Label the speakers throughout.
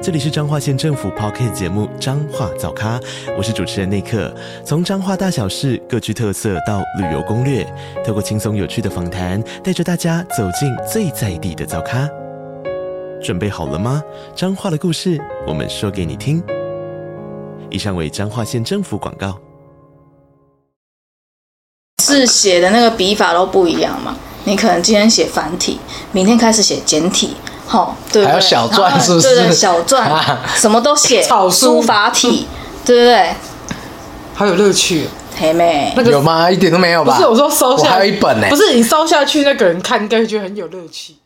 Speaker 1: 这里是彰化县政府 p o c k t 节目《彰化早咖》，我是主持人内克。从彰化大小事各具特色到旅游攻略，透过轻松有趣的访谈，带着大家走进最在地的早咖。准备好了吗？彰化的故事，我们说给你听。以上为彰化县政府广告。
Speaker 2: 字写的那个笔法都不一样嘛。你可能今天写繁体，明天开始写简体，吼，对不对？
Speaker 3: 还有小篆
Speaker 2: 然后
Speaker 3: 是不是
Speaker 2: 对对，小篆，
Speaker 3: 啊
Speaker 2: 什么都写，
Speaker 3: 草书
Speaker 2: 书法体，对不对？
Speaker 4: 好有乐趣。
Speaker 2: 嘿妹，
Speaker 4: 那个
Speaker 3: 有吗？一点都没有
Speaker 4: 不
Speaker 3: 吧？
Speaker 4: 是我说烧
Speaker 3: 我
Speaker 4: 下，
Speaker 3: 还有一本呢、
Speaker 4: 不是你烧下去，那个人看应该会觉得很有乐趣。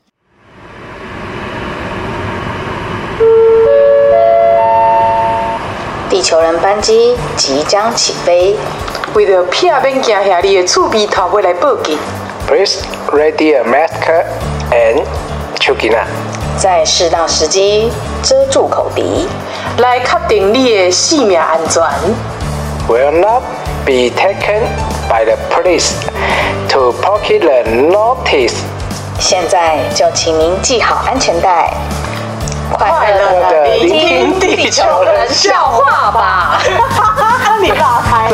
Speaker 2: 地球人班机即将起飞，
Speaker 5: 为着避免惊吓你的厝边头尾来报警，
Speaker 6: Please ready a mask and chukina.
Speaker 2: 在适当时机遮住口鼻。
Speaker 5: 来确定你的性命安全。
Speaker 6: Will not be taken by the police to pocket the notice.
Speaker 2: 现在就请您系好安全带，快
Speaker 5: 乐
Speaker 6: 地聆听地球人
Speaker 2: 笑话吧。
Speaker 5: 你打开，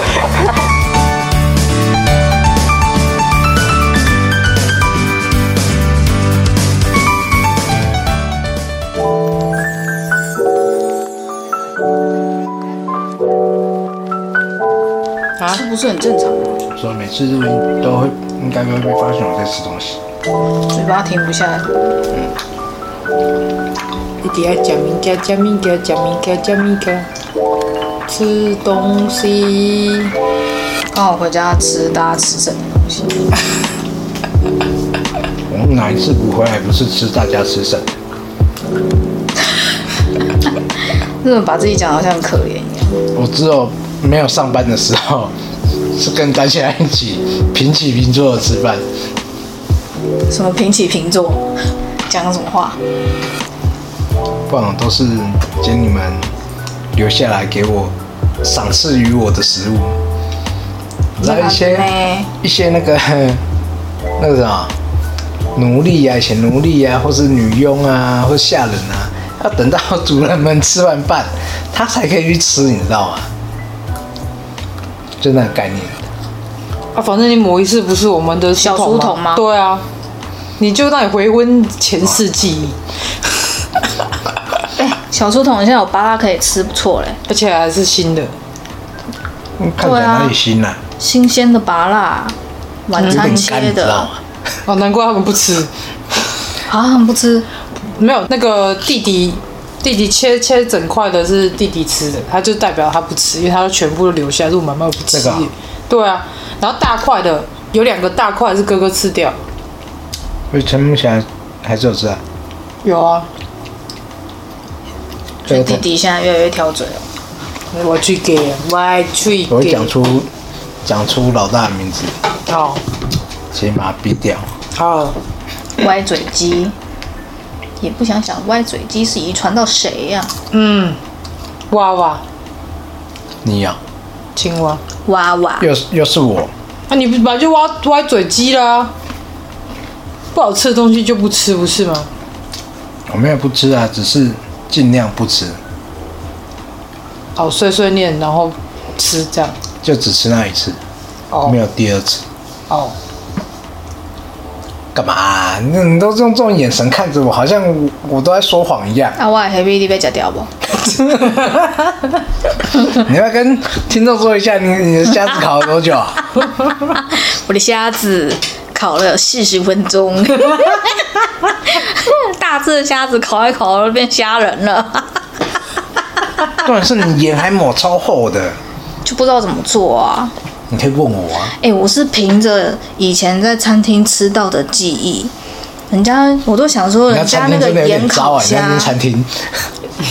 Speaker 2: 这不啊是很正常吗？
Speaker 7: 所以每次录音都会应该都会被发现我在吃东西。
Speaker 2: 嘴巴停不下来。
Speaker 8: 嗯一直要吃物件，吃物件，吃物件，吃物件，吃东西。
Speaker 2: 刚好回家吃大家吃剩的东西。
Speaker 7: 我们哪一次不回来不是吃大家吃剩的？
Speaker 2: 日本把自己讲得好像很可怜一样。
Speaker 7: 我只有没有上班的时候， 是跟大家一起平起平坐的吃饭。
Speaker 2: 什么平起平坐，讲什么话？
Speaker 7: 不然我都是捡你们留下来给我赏赐于我的食物，
Speaker 2: 啊
Speaker 7: 然后一些
Speaker 2: 嘞
Speaker 7: 一些那个 那个什么啊奴隶啊，以前奴隶啊，或是女佣啊，或下人啊，要等到主人们吃完饭，他才可以去吃，你知道吗？就那个概念，
Speaker 4: 啊，反正你某一次不是我们的
Speaker 2: 小
Speaker 4: 书
Speaker 2: 书童吗
Speaker 4: 对啊，你就让你回温前世记忆，
Speaker 2: 哎、小书童现在有巴拉可以吃，不错嘞，
Speaker 4: 而且还是新的。
Speaker 7: 嗯看起来哪里新啊？
Speaker 2: 新鲜的巴拉，晚
Speaker 7: 有
Speaker 2: 餐
Speaker 7: 点干，
Speaker 2: 啊切
Speaker 7: 你知道
Speaker 2: 的
Speaker 7: 吗？
Speaker 4: 哦，难怪他们不吃。
Speaker 2: 啊，很不吃。
Speaker 4: 没有那个弟弟，弟弟切切整块的是弟弟吃的，他就代表他不吃，因为他都全部都留下，陆妈妈不吃。
Speaker 7: 这个啊
Speaker 4: 对啊，然后大块的有两个大块是哥哥吃掉，
Speaker 7: 所以陈梦霞还是有吃啊。
Speaker 4: 有啊，
Speaker 2: 所以弟弟现在越来越挑嘴了。
Speaker 4: 我去给，我去
Speaker 7: 我会
Speaker 4: 给，
Speaker 7: 讲出讲出老大的名字，
Speaker 4: 好，
Speaker 7: 先把他毙掉。
Speaker 4: 好，
Speaker 2: 歪嘴鸡，也不想想歪嘴鸡是遗传到谁呀、
Speaker 4: 嗯，娃娃，
Speaker 7: 你呀、
Speaker 4: 青蛙，
Speaker 2: 娃娃，
Speaker 7: 又又是我，
Speaker 4: 那、你不本来就挖歪嘴鸡啦，不好吃的东西就不吃，不是吗？
Speaker 7: 我没有不吃啊，只是尽量不吃，
Speaker 4: 好碎碎念，然后吃这样，
Speaker 7: 就只吃那一次，
Speaker 4: 哦
Speaker 7: 没有第二次。
Speaker 4: 哦，
Speaker 7: 干嘛、那你都是用这种眼神看着我，好像我我都在说谎一 样。
Speaker 2: 啊，我的黑皮你被吃掉不？
Speaker 7: 你要跟听众说一下，你你的虾子烤了多久啊？
Speaker 2: 我的虾子烤了四十分钟， 大只的虾子烤一烤都变虾仁了，
Speaker 7: 重点是你盐还抹超厚的，
Speaker 2: 就不知道怎么做啊。
Speaker 7: 你可以问我啊。
Speaker 2: 哎、我是凭着以前在餐厅吃到的记忆，人家我都想说，
Speaker 7: 嗯那
Speaker 2: 人家
Speaker 7: 餐
Speaker 2: 那
Speaker 7: 厅
Speaker 2: 个
Speaker 7: 真的有
Speaker 2: 盐
Speaker 7: 点糟
Speaker 2: 烤
Speaker 7: 啊，你
Speaker 2: 虾
Speaker 7: 那，间餐厅。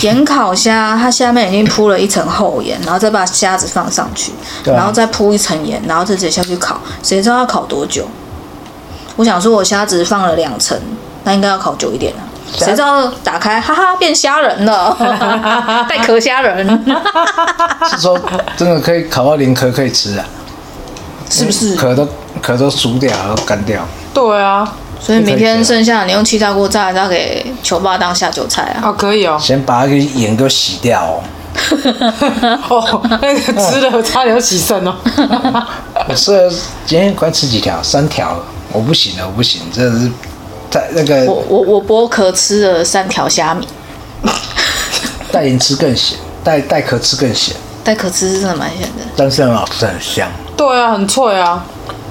Speaker 2: 盐烤虾它下面已经铺了一层厚盐，然后再把虾子放上去，
Speaker 7: 对啊
Speaker 2: 然后再铺一层盐，然后再直接下去烤，谁知道要烤多久？我想说我虾子放了两层，那应该要烤久一点了。谁知道打开，哈哈，变虾仁了， 带壳虾仁，
Speaker 7: 是说真的可以烤到连壳可以吃啊？
Speaker 2: 是不是？
Speaker 7: 壳都壳都熟掉，然后干掉。
Speaker 4: 对啊，
Speaker 2: 所以明天剩下的你用气炸锅炸一炸给球爸当下酒菜啊。
Speaker 4: 啊可以 哦，
Speaker 7: 先把它给眼给我洗掉哦。
Speaker 4: 哦，那个吃了差点要洗肾哦。
Speaker 7: 我吃了今天快吃几条？三条了，我不行了，我不行，真的是在那
Speaker 2: 我
Speaker 7: 个
Speaker 2: 我我剥壳吃了三条虾米，
Speaker 7: 带盐吃更咸，带带壳吃更咸，
Speaker 2: 带壳吃是真的蛮咸的。
Speaker 7: 但是很好吃，很香。
Speaker 4: 对啊，很脆啊，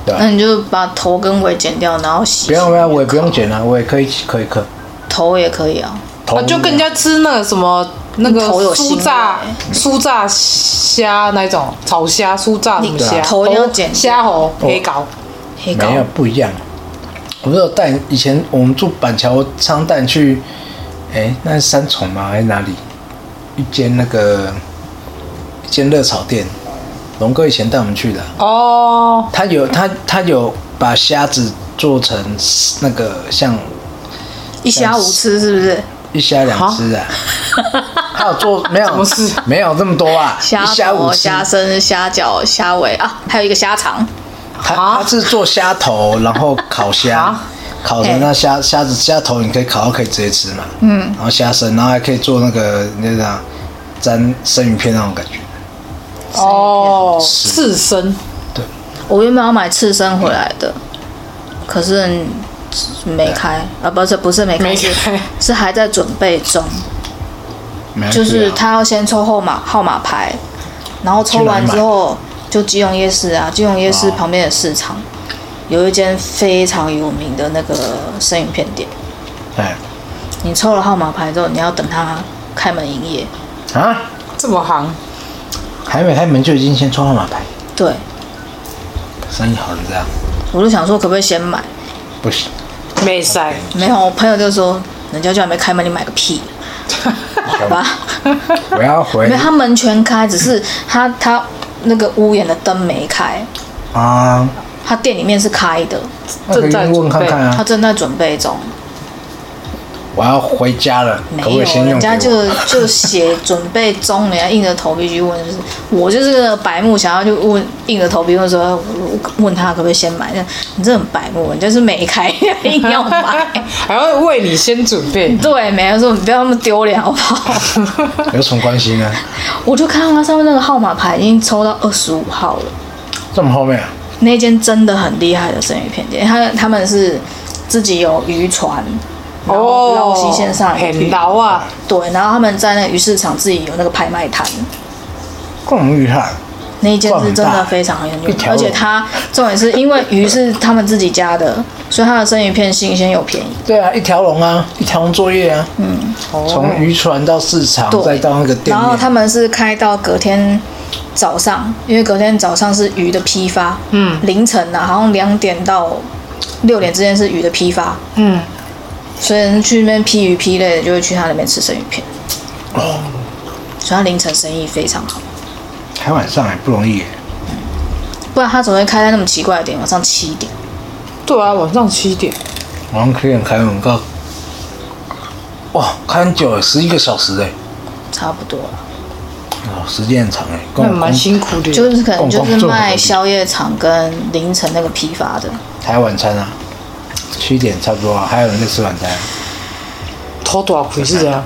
Speaker 2: 那你就把头跟尾剪掉，然后洗。
Speaker 7: 不用不用，我也不用卷了、我也可以可以可以
Speaker 2: 头也可以啊。
Speaker 7: 头
Speaker 4: 啊就跟人家吃那个什么那个
Speaker 2: 头有腥
Speaker 4: 酥
Speaker 2: 味
Speaker 4: 炸酥炸虾那一种炒虾酥炸什么
Speaker 2: 你
Speaker 4: 虾，
Speaker 2: 头一定要剪
Speaker 4: 虾猴黑膏，
Speaker 2: 黑膏
Speaker 7: 啊没有不一样。我不是有带以前我们住板桥，我常带你去，哎、那是三重吗？还是哪里？一间那个一间热炒店，龙哥以前带我们去的啊、
Speaker 4: 哦，
Speaker 7: 他有他他有把虾子做成那个像
Speaker 2: 一虾无吃是不是？
Speaker 7: 一虾两只啊， 他有做没有？
Speaker 4: 么事
Speaker 7: 没有这么多啊，
Speaker 2: 虾
Speaker 7: 一虾五
Speaker 2: 头、
Speaker 7: 只
Speaker 2: 虾身、虾脚、虾尾啊，还有一个虾肠。
Speaker 7: 他
Speaker 2: 啊
Speaker 7: 他是做虾头，然后烤虾，烤的那虾虾子虾头你可以烤到可以直接吃嘛，嗯，然后虾身，然后还可以做那个那啥沾生鱼片那种感觉，
Speaker 4: 哦，刺身
Speaker 2: 我原本要买刺身回来的，可是嗯没开啊，不是不是没开，
Speaker 4: 没
Speaker 2: 是
Speaker 4: 开
Speaker 2: 是还在准备中。
Speaker 7: 没啊
Speaker 2: 就是他要先抽号码号码牌，然后抽完之后就基隆夜市啊，基隆夜市旁边的市场有一间非常有名的那个生鱼片店。
Speaker 7: 哎
Speaker 2: 你抽了号码牌之后，你要等他开门营业。
Speaker 7: 啊，
Speaker 4: 这么行，
Speaker 7: 还没开门就已经先抽号码牌，
Speaker 2: 对，
Speaker 7: 生意好了这样
Speaker 2: 我就想说可不可以先买？
Speaker 7: 不行，
Speaker 4: 没塞，
Speaker 2: 没有，我朋友就说人家就还没开门，你买个屁，好吧？
Speaker 7: 我要回
Speaker 2: 没有，他门全开，只是他他那个屋檐的灯没开，
Speaker 7: 啊，
Speaker 2: 他店里面是开的，
Speaker 7: 那可以
Speaker 4: 正在
Speaker 7: 问看
Speaker 4: 准备
Speaker 7: 看啊
Speaker 2: 他。正在准备中。
Speaker 7: 我要回家了，
Speaker 2: 没
Speaker 7: 可不可以
Speaker 2: 有，
Speaker 7: 先
Speaker 2: 人
Speaker 7: 用给
Speaker 2: 家
Speaker 7: 我？
Speaker 2: 就就写准备中，人家硬着头皮去问，就是我就是个白目，想要就问硬着头皮问说，问他可不可以先买？那你这很白目，你就是没开硬要买。
Speaker 4: 还要为你先准备，
Speaker 2: 对，没有说你不要那么丢脸好不好？
Speaker 7: 有什么关系呢？
Speaker 2: 我就看到他上面那个号码牌已经抽到二十五号了，
Speaker 7: 这么后面啊？
Speaker 2: 那间真的很厉害的生鱼片店，他他们是自己有渔船，然后捞新鲜上来的
Speaker 4: 很
Speaker 2: 鱼，
Speaker 4: 牢啊，
Speaker 2: 对，然后他们在那个鱼市场自己有那个拍卖摊。
Speaker 7: 这么厉害，
Speaker 2: 那一间是真的非常很有
Speaker 7: 一
Speaker 2: 名，
Speaker 7: 条
Speaker 2: 而且它重点是因为鱼是他们自己家的，所以它的生鱼片新鲜又便宜。
Speaker 7: 对啊，一条龙啊，一条龙作业啊，嗯，从渔船到市场，哦再
Speaker 2: 对
Speaker 7: 到那个，店
Speaker 2: 然后
Speaker 7: 面，
Speaker 2: 他们是开到隔天早上，因为隔天早上是鱼的批发，嗯，凌晨啊，好像两点到六点之间是鱼的批发，嗯，所以人去那边批鱼批类的就会去他那边吃生鱼片，
Speaker 7: 哦
Speaker 2: 所以他凌晨生意非常好，
Speaker 7: 开晚上也不容易耶，
Speaker 2: 不然他怎么会开在那么奇怪的点，晚上七点？
Speaker 4: 对啊，晚上七点，
Speaker 7: 晚上可以开很高，哇，开很久了，十一个小时哎，
Speaker 2: 差不多了。
Speaker 7: 哦，时间很长哎，跟
Speaker 4: 那
Speaker 7: 我
Speaker 4: 蛮
Speaker 7: 公
Speaker 4: 辛苦的，
Speaker 2: 就是可能就
Speaker 7: 逛逛
Speaker 2: 是
Speaker 7: 最好的
Speaker 2: 卖
Speaker 7: 地
Speaker 2: 宵夜场跟凌晨那个批发的，
Speaker 7: 台晚餐啊，七点差不多啊，还有人在吃晚餐，
Speaker 4: 头多少亏是这样，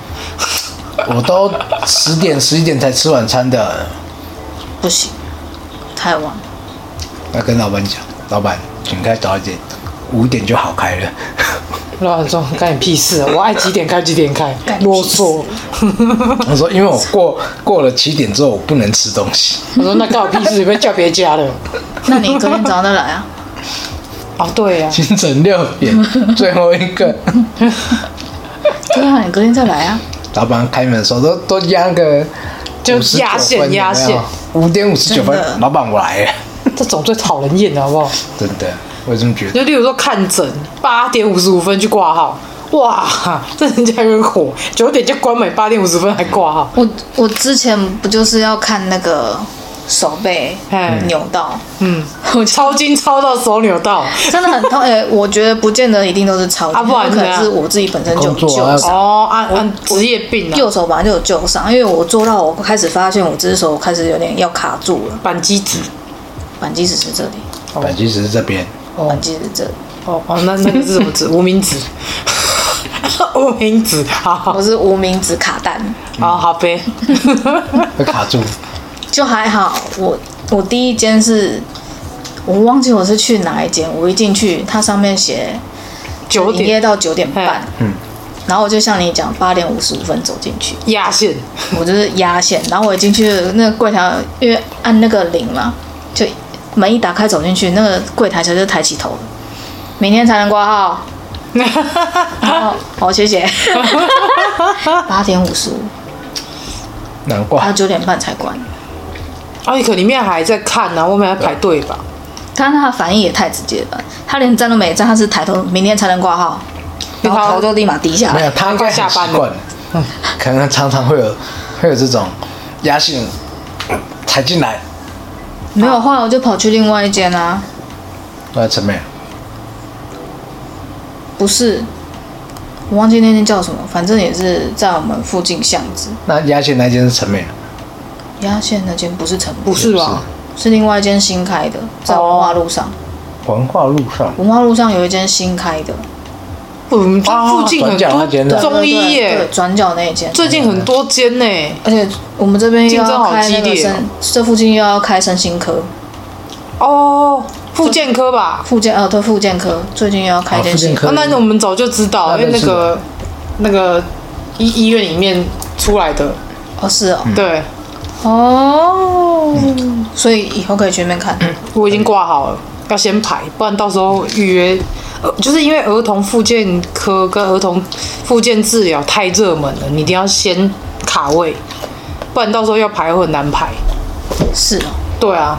Speaker 7: 我都十点十一点才吃晚餐的，
Speaker 2: 不行，太晚了。
Speaker 7: 要跟老板讲，老板，请开早一点，五点就好开了。
Speaker 4: 老板说干你屁事啊，我爱几点开几点开，
Speaker 2: 干你屁
Speaker 4: 啰
Speaker 2: 事
Speaker 4: 嗦，
Speaker 7: 他说，因为我过过了七点之后，我不能吃东西。
Speaker 4: 我说那干我屁事，你被叫别家了，
Speaker 2: 那你隔天早上再来啊？
Speaker 4: 哦对呀，
Speaker 7: 清晨六 点，最后一个，
Speaker 2: 对啊，你隔天再来啊。
Speaker 7: 老板开门的时候都都压个，
Speaker 4: 就压线压线，
Speaker 7: 五点五十九
Speaker 2: 真的
Speaker 7: 分，老板我来了，
Speaker 4: 这种最讨人厌的好不好？
Speaker 7: 真的，我这么觉得。
Speaker 4: 就例如说看诊，八点五十五分去挂号，哇，这人家有点火，九点就关门，八点五十分还挂号，
Speaker 2: 我我之前不就是要看那个手被
Speaker 4: 嗯
Speaker 2: 扭到，
Speaker 4: 嗯，
Speaker 2: 我就
Speaker 4: 抄经抄到手扭到，
Speaker 2: 真的很痛。哎、我觉得不见得一定都是超，
Speaker 4: 啊不然
Speaker 2: 有可
Speaker 4: 怎
Speaker 2: 能
Speaker 4: 样
Speaker 2: 是我自己本身就有
Speaker 7: 工
Speaker 2: 旧
Speaker 7: 作啊
Speaker 2: 伤。
Speaker 4: 哦，按按职业病啊，
Speaker 2: 右手本来就有旧伤，因为我做到我开始发现我这只手开始有点要卡住了，
Speaker 4: 扳机指。
Speaker 2: 扳机只是这里，
Speaker 7: 板机只是这边，
Speaker 2: 扳机是这里，
Speaker 4: 哦哦，那那个是什 么指？无名指，无名指，好好
Speaker 2: 我是无名指卡蛋，
Speaker 4: 好好 呗。
Speaker 7: 会卡住。
Speaker 2: 就还好。我我第一间是，我忘记我是去哪一间，我一进去它上面写
Speaker 4: 九
Speaker 2: 营业
Speaker 4: 点
Speaker 2: 到九点半
Speaker 4: 哎，
Speaker 2: 嗯，然后我就像你讲八点五十五分走进去，
Speaker 4: 压 线，
Speaker 2: 我就是压线，然后我一进去那个柜台，因为按那个铃嘛，就门一打开走进去，那个柜台小姐就抬起头了，明天才能挂号。然后好，谢 谢。八点五十五，
Speaker 7: 难
Speaker 2: 他
Speaker 4: 啊
Speaker 7: 怪
Speaker 2: 九点半才关，
Speaker 4: 奥啊利可里面还在看呢、啊，外面还排队吧？
Speaker 2: 他那他反应也太直接了，他连站都没站，他是抬头，明天才能挂号，然后头就立马低下
Speaker 7: 没有，
Speaker 2: 来。
Speaker 7: 他应该很习
Speaker 4: 快下班
Speaker 7: 惯，嗯可能常常会有会有这种压线踩进来，
Speaker 2: 没有，后来我就跑去另外一间啊，
Speaker 7: 呃，陈美，
Speaker 2: 不是，我忘记那间叫什么，反正也是在我们附近巷子。
Speaker 7: 那压线那间是陈美，
Speaker 2: 压线那间不是城
Speaker 4: 不
Speaker 2: 不
Speaker 4: 是吧？哦
Speaker 2: 是另外一间新开的，在文化路上。
Speaker 7: 文化路上
Speaker 2: 文化路上有一间新开的，
Speaker 4: 我们这附近很
Speaker 7: 转角那间的
Speaker 4: 多啊中医
Speaker 2: 对啊对
Speaker 4: 耶，
Speaker 2: 转角那一间。
Speaker 4: 最近很多间呢。
Speaker 2: 而且我们这边又
Speaker 4: 竞争
Speaker 2: 要
Speaker 4: 好
Speaker 2: 开
Speaker 4: 激
Speaker 2: 那个
Speaker 4: 烈哦
Speaker 2: 身，这附近又要开身心科、
Speaker 4: 哦，复健科吧？
Speaker 2: 附健呃，对附健科，最近又要开一
Speaker 7: 哦
Speaker 2: 间
Speaker 7: 附近
Speaker 2: 新。
Speaker 7: 科
Speaker 4: 啊，那我们早就知道，因为那个那个医医院里面出来的，
Speaker 2: 哦，是哦，
Speaker 4: 对
Speaker 2: 哦，所以以后可以去那边看。
Speaker 4: 我已经挂好了，要先排，不然到时候预约。呃，就是因为儿童复健科跟儿童复健治疗太热门了，你一定要先卡位，不然到时候要排会很难排。
Speaker 2: 是哦，
Speaker 4: 对啊，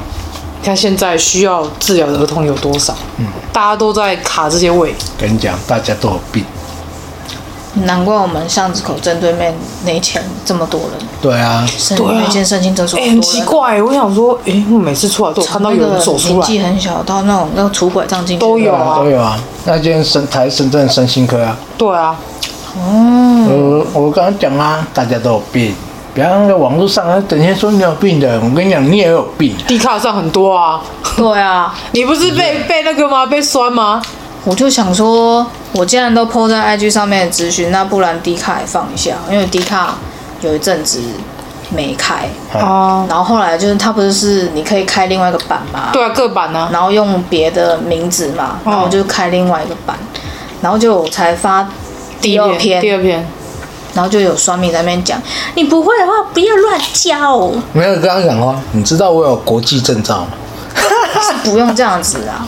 Speaker 4: 你看现在需要治疗的儿童有多少？嗯，大家都在卡这些位。
Speaker 7: 跟你讲，大家都有病。
Speaker 2: 难怪我们巷子口正对面那一间这么多人，
Speaker 7: 对啊，
Speaker 2: 甚
Speaker 4: 对啊
Speaker 2: 那间身心诊所
Speaker 4: 哎、
Speaker 2: 很
Speaker 4: 很
Speaker 2: 多
Speaker 4: 奇
Speaker 2: 人。
Speaker 4: 怪、我想说，哎、我每次出来都有看到有人走
Speaker 2: 那个
Speaker 4: 出
Speaker 2: 年纪
Speaker 4: 来，
Speaker 2: 很小到那种要拄拐杖进去的
Speaker 4: 都有
Speaker 7: 啊
Speaker 4: 啊
Speaker 7: 都。有啊。那间深台深圳身心科啊，
Speaker 4: 对啊，
Speaker 7: 我我刚刚讲啊，大家都有病。不要那个网络上啊，整天说你有病的，我跟你讲，你也有病。
Speaker 4: 地卡上很多啊。嗯
Speaker 2: 对啊，
Speaker 4: 你不是被被那个吗？被酸吗？
Speaker 2: 我就想说，我既然都 PO 在 IG 上面的资讯，那不然 D 卡也放一下，因为 D 卡有一阵子没开，
Speaker 4: 哦，
Speaker 2: 然后后来就是它不是是你可以开另外一个版嘛，
Speaker 4: 对啊，各版啊。
Speaker 2: 然后用别的名字嘛，
Speaker 4: 哦
Speaker 2: 然后我就开另外一个版，然后就我才发第二篇，
Speaker 4: 第二篇，
Speaker 2: 然后就有酸民在那边讲，你不会的话不要乱教，
Speaker 4: 啊
Speaker 7: 没有跟他讲哦，你知道我有国际证照吗？
Speaker 2: 是不用这样子 啊，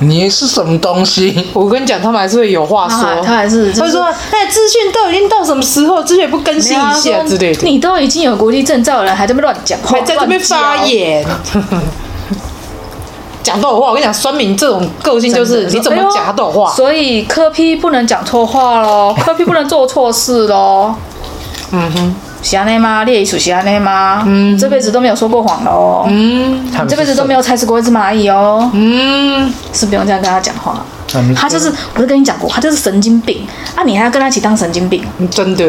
Speaker 7: 你是什么东 西？
Speaker 4: 我跟你讲，他们还是会有话
Speaker 2: 他
Speaker 4: 说
Speaker 2: 还，啊他还是就
Speaker 4: 他
Speaker 2: 是
Speaker 4: 说，哎，资讯都已经到什么时候，资讯也不更新
Speaker 2: 没有
Speaker 4: 啊一
Speaker 2: 他
Speaker 4: 下
Speaker 2: 说
Speaker 4: 之类的，
Speaker 2: 你都已经有国际证照了，还在那边乱讲话，
Speaker 4: 还在这边发
Speaker 2: 乱教
Speaker 4: 言。 讲都有话，我跟你讲，酸民这种个性就是你怎么讲他都有话。
Speaker 2: 哎所以科批不能讲错话喽， 科批不能做错事喽。
Speaker 4: 嗯哼，
Speaker 2: 喜安内吗？列一属喜安内吗？嗯，这辈子都没有说过谎喽。嗯，
Speaker 7: 他们
Speaker 2: 这辈子
Speaker 7: 是
Speaker 2: 都没有踩死过一只蚂蚁哦。
Speaker 4: 嗯，
Speaker 2: 是不用这样跟他讲话。
Speaker 7: 他们
Speaker 2: 他就是，我就跟你讲过，他就是神经病啊！你还要跟他一起当神经病？
Speaker 4: 真的，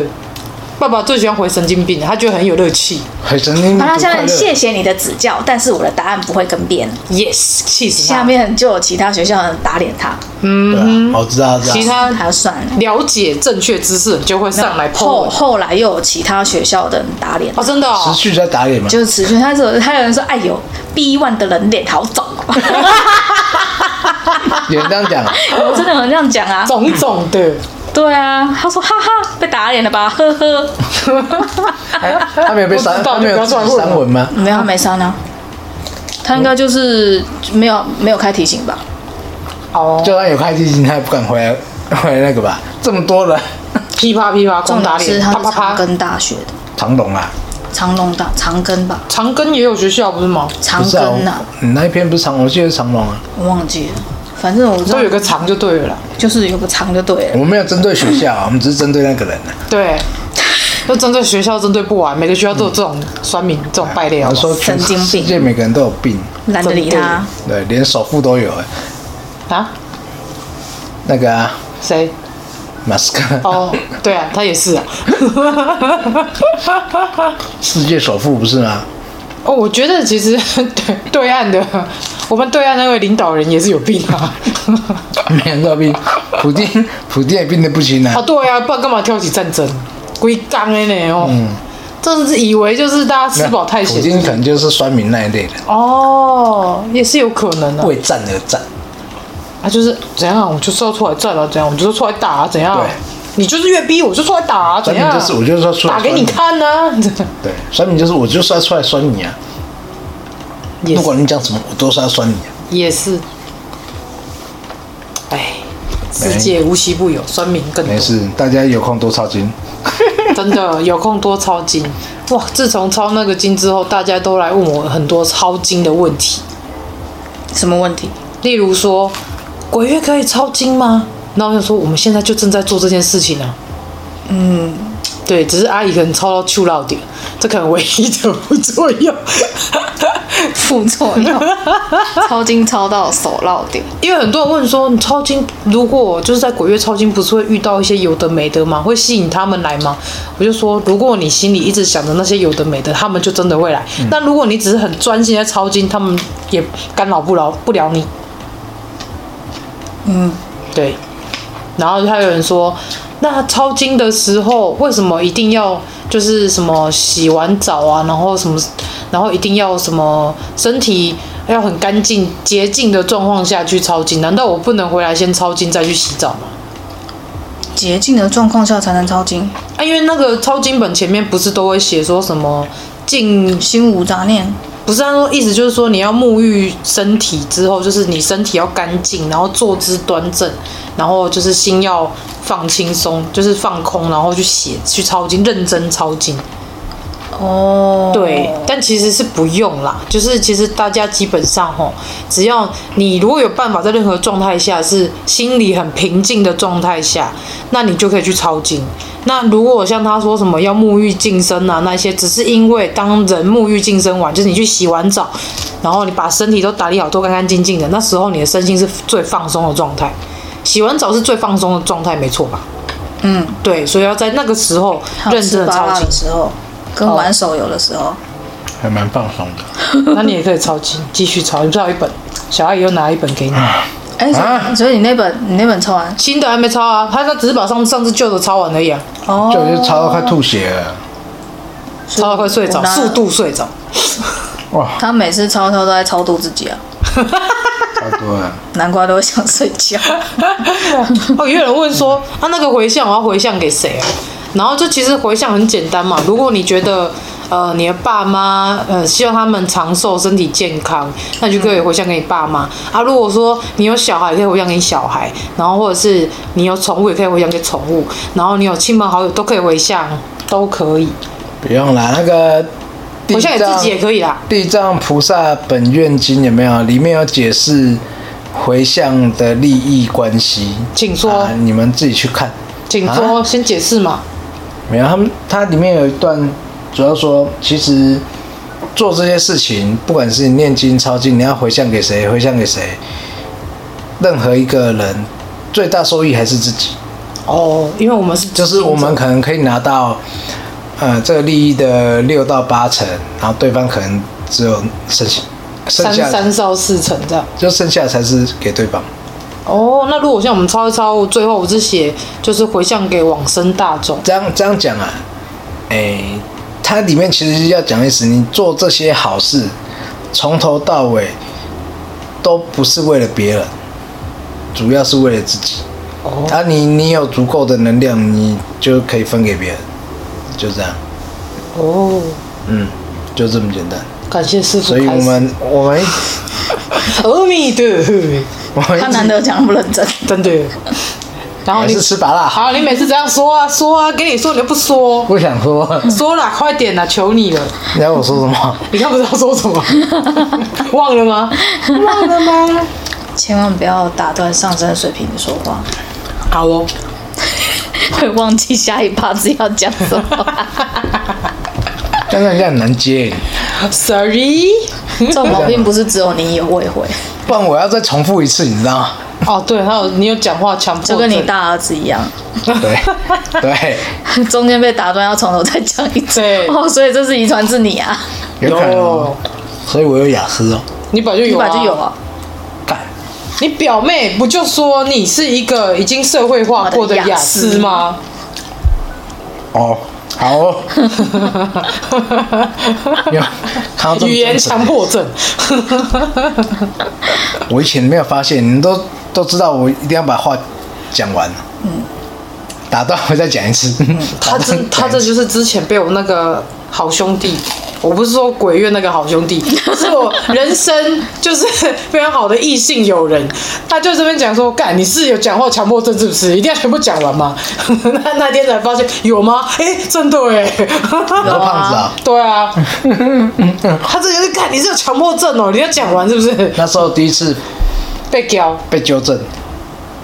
Speaker 4: 爸爸最喜欢回神经病了，他觉得很有乐趣。
Speaker 7: 很神经病。
Speaker 2: 好啦，下
Speaker 7: 快
Speaker 2: 面
Speaker 7: 乐
Speaker 2: 谢谢你的指教，但是我的答案不会跟变。
Speaker 4: Yes，气死
Speaker 2: 下
Speaker 4: 他。
Speaker 2: 面就有其他学校的人打脸他，
Speaker 7: 对啊，我知道，知道。
Speaker 4: 其他
Speaker 2: 还要算了。
Speaker 4: 了解正确知识，你就会上来 po
Speaker 2: 后
Speaker 4: 文。
Speaker 2: 后来又有其他学校的人打脸他
Speaker 4: 哦，真的哦
Speaker 7: 持，续在打脸嘛，
Speaker 2: 就是持续，他有他有人说，哎呦，B one 的人脸好肿 哦，
Speaker 7: 有人这 样讲，
Speaker 2: 我真的有人这样讲啊，
Speaker 4: 种种的。
Speaker 2: 对啊，他说哈哈，被打脸了吧，呵呵，
Speaker 7: 哎他没有被
Speaker 4: 不
Speaker 7: 删，
Speaker 4: 知道
Speaker 7: 他没有
Speaker 4: 就不要乱问了
Speaker 7: 删文吗？
Speaker 2: 没有他没删啊，他应该就是没有没有开提醒吧，
Speaker 4: 哦，
Speaker 7: 就算有开机，他也不敢回来， 回来那个吧？这么多人，
Speaker 4: 噼啪噼啪
Speaker 2: 重
Speaker 4: 狂打
Speaker 2: 点是
Speaker 4: 脸，
Speaker 2: 他
Speaker 4: 啪
Speaker 2: 是
Speaker 4: 啪
Speaker 2: 长
Speaker 4: 啪。
Speaker 2: 庚大学的，
Speaker 7: 长龙啊，
Speaker 2: 长隆大长庚吧，
Speaker 4: 长庚也有学校不是吗？
Speaker 2: 长
Speaker 7: 不是啊
Speaker 2: 庚呐、，
Speaker 7: 你那一篇不是长龙，我记得是长龙啊，
Speaker 2: 我忘记了，反正我知道
Speaker 4: 都有个长就对了啦。
Speaker 2: 就是有个长就对
Speaker 7: 我
Speaker 2: 了，
Speaker 7: 们没有针对学校啊，我们只是针对那个人啊。
Speaker 4: 对，就针对学校针对不完，每个学校都有这种酸民、这种败类啊
Speaker 7: 然后
Speaker 4: 好不好
Speaker 7: 嗯说全
Speaker 2: 神经病
Speaker 7: 世界每个人都有病，
Speaker 2: 懒得理他。
Speaker 7: 对，连首富都有。
Speaker 4: 啊？
Speaker 7: 那个啊
Speaker 4: 谁？
Speaker 7: 马斯克，
Speaker 4: 哦，对啊，他也是啊。
Speaker 7: 世界首富不是吗？
Speaker 4: 哦，我觉得其实 对对岸的，我们对岸那位领导人也是有病啊。
Speaker 7: 每人都有病，普丁普丁也病得不行啊
Speaker 4: 啊，。对啊，不然干嘛挑起战争？龟缸的呢哦，真的是以为就是大家吃饱太
Speaker 7: 嗯普丁可
Speaker 4: 闲
Speaker 7: 能就是酸民那一类的，
Speaker 4: 哦，也是有可能的、啊。
Speaker 7: 为战而战。
Speaker 4: 啊，就是怎样，我就是要出来战啊，怎样，我就是要出来打啊，怎样
Speaker 7: 对。
Speaker 4: 你就是越逼我就出来打啊，怎
Speaker 7: 酸民
Speaker 4: 样？
Speaker 7: 就是，我就是说出来
Speaker 4: 打给你
Speaker 7: 酸民，
Speaker 4: 看呐、啊。
Speaker 7: 对，酸民就是我就是要出来酸你啊。
Speaker 4: 也
Speaker 7: 不管
Speaker 4: 是
Speaker 7: 你讲什么，我都是要酸你啊。
Speaker 4: 也是，哎，世界无奇不有，酸民更多
Speaker 7: 没。事，大家有空多抄经。
Speaker 4: 真的有空多抄经。哇，自从抄那个经之后，大家都来问我很多抄经的问题，
Speaker 2: 什么问题？
Speaker 4: 例如说，鬼月可以抄经吗？然后我就说，我们现在就正在做这件事情啊。嗯，对，只是阿姨可能抄到秋老点，这可能唯一的副作用。
Speaker 2: 副作用，抄经抄到手落顶，
Speaker 4: 因为很多人问说，你抄经如果就是在鬼月抄经，不是会遇到一些有的没的吗？会吸引他们来吗？我就说，如果你心里一直想着那些有的没的，他们就真的会来。但如果你只是很专心在抄经，他们也干扰不了不了你。嗯，对。然后还有人说，那抄经的时候为什么一定要就是什么洗完澡啊，然后什么，然后一定要什么身体要很干净洁净的状况下去抄经？难道我不能回来先抄经再去洗澡吗？
Speaker 2: 洁净的状况下才能抄经，
Speaker 4: 啊，因为那个抄经本前面不是都会写说什么净
Speaker 2: 心无杂念，
Speaker 4: 不是他说意思就是说你要沐浴身体之后，就是你身体要干净，然后坐姿端正，然后就是心要放轻松，就是放空，然后去写去抄经，认真抄经。
Speaker 2: 哦，
Speaker 4: 对，但其实是不用啦，就是其实大家基本上吼，只要你如果有办法在任何状态下是心里很平静的状态下，那你就可以去抄经。那如果像他说什么要沐浴净身啊那一些，只是因为当人沐浴净身完，就是你去洗完澡，然后你把身体都打理好，都干干净净的，那时候你的身心是最放松的状态。洗完澡是最放松的状态，没错吧？
Speaker 2: 嗯，
Speaker 4: 对，所以要在那个时候
Speaker 2: 还有
Speaker 4: 认真
Speaker 2: 吃
Speaker 4: 的
Speaker 2: 麻
Speaker 4: 抄
Speaker 2: 辣
Speaker 4: 经
Speaker 2: 的。时候，
Speaker 4: 哦
Speaker 2: 跟玩手游的时候，
Speaker 7: 还蛮放松的。
Speaker 4: 那你也可以抄经，继续抄，你最好一本，小阿姨又拿一本给你，
Speaker 2: 哎、所以
Speaker 7: 啊
Speaker 2: 所以你那本你那本抄完，
Speaker 4: 新的还没抄啊，他他只是把上上次旧的抄完而已啊，
Speaker 2: 哦，
Speaker 7: 就就抄到快吐血了，
Speaker 4: 抄到快睡着，
Speaker 2: 我拿
Speaker 4: 速度睡 着，
Speaker 7: 哇，
Speaker 2: 他每次抄抄都在超度自己啊，
Speaker 7: 差不 多了。啊
Speaker 2: 难怪都会想睡觉。
Speaker 4: 哦，也有人问说，啊，那个回向我要回向给谁啊？然后就其实回向很简单嘛，如果你觉得呃你的爸妈呃希望他们长寿、身体健康，那你就可以回向给你爸妈啊。如果说你有小孩，可以回向给你小孩，然后或者是你有宠物，也可以回向给宠物，然后你有亲朋好友都可以回向，都可以，
Speaker 7: 不用啦，那个
Speaker 4: 回向给自己也可
Speaker 7: 以。
Speaker 4: 以啦。
Speaker 7: 地藏菩萨本愿经有没有？里面有解释回向的利益关系，
Speaker 4: 请说
Speaker 7: 啊你们自己去看。
Speaker 4: 请
Speaker 7: 啊
Speaker 4: 说，先解释嘛。
Speaker 7: 没有，他们它里面有一段，主要说其实做这些事情，不管是你念经、抄经，你要回向给谁，回向给谁，任何一个人最大收益还是自己。
Speaker 4: 哦，因为我们是
Speaker 7: 就是我们可能可以拿到，呃，这个利益的六到八成，然后对方可能只有剩下，剩
Speaker 4: 三
Speaker 7: 下
Speaker 4: 三少四成这样。
Speaker 7: 就剩下的才是给对方。
Speaker 4: 哦，那如果像我们抄一抄，最后我是写就是回向给往生大众。
Speaker 7: 这样这样讲啊，哎、它里面其实要讲意思，你做这些好事，从头到尾都不是为了别人，主要是为了自己。
Speaker 4: 哦
Speaker 7: 啊你，你有足够的能量，你就可以分给别人，就这样，
Speaker 4: 哦，
Speaker 7: 嗯，就这么简单。
Speaker 4: 感谢师傅
Speaker 7: 所以我
Speaker 4: 开始。
Speaker 7: 们我们
Speaker 4: 阿弥陀佛，
Speaker 7: 我们一
Speaker 2: 他
Speaker 7: 直
Speaker 2: 难得讲那么认真，
Speaker 4: 真的。然后
Speaker 7: 还
Speaker 4: 你
Speaker 7: 是吃拔辣好，
Speaker 4: 好，你每次这样说啊说啊，跟你说你又不说，
Speaker 7: 不想说，
Speaker 4: 说啦，快点啦，求你了。
Speaker 7: 你要我说什么？
Speaker 4: 你看不知道 说什么，忘了吗？忘了吗？
Speaker 2: 千万不要打断上升水平说话。
Speaker 4: 好哦，
Speaker 2: 会忘记下一趴子要讲什么。
Speaker 7: 但是人家很难接，
Speaker 4: Sorry，
Speaker 2: 这种毛病不是只有你有，我也会，
Speaker 7: 不然我要再重复一次，你知道吗？
Speaker 4: 哦，对，还有你有讲话强迫
Speaker 2: 就
Speaker 4: 症，
Speaker 2: 跟你大儿子一样，
Speaker 7: 对对，
Speaker 2: 中间被打断要从头再讲一次。
Speaker 4: 对
Speaker 2: 哦，所以这是遗传是你啊，
Speaker 7: 有可能哦，所以我有雅思哦，
Speaker 4: 你本来就
Speaker 2: 你
Speaker 4: 有、
Speaker 2: 本
Speaker 4: 啊，
Speaker 2: 来就 有。啊。
Speaker 7: 干，
Speaker 4: 你表妹不就说你是一个已经社会化过的雅思吗？
Speaker 7: 哦，好 哦，有看到这么
Speaker 4: 语言
Speaker 7: 真实
Speaker 4: 强迫症，
Speaker 7: 我以前没有发现，你们都都知道，我一定要把话讲完。嗯，打断我再讲一次。
Speaker 4: 嗯他这 他这就是之前被我那个好兄弟，我不是说鬼月那个好 兄弟，是我人生就是非常好的异性友人，他就这边讲说，干你是有讲话强迫症是不是？一定要全部讲完吗？ 那那天才发现有吗？哎、真的哎、
Speaker 7: 你说胖子啊，
Speaker 4: 对啊，他这就是看你是有强迫症哦，你要讲完是不是？
Speaker 7: 那时候第一次
Speaker 4: 被教，
Speaker 7: 被纠正，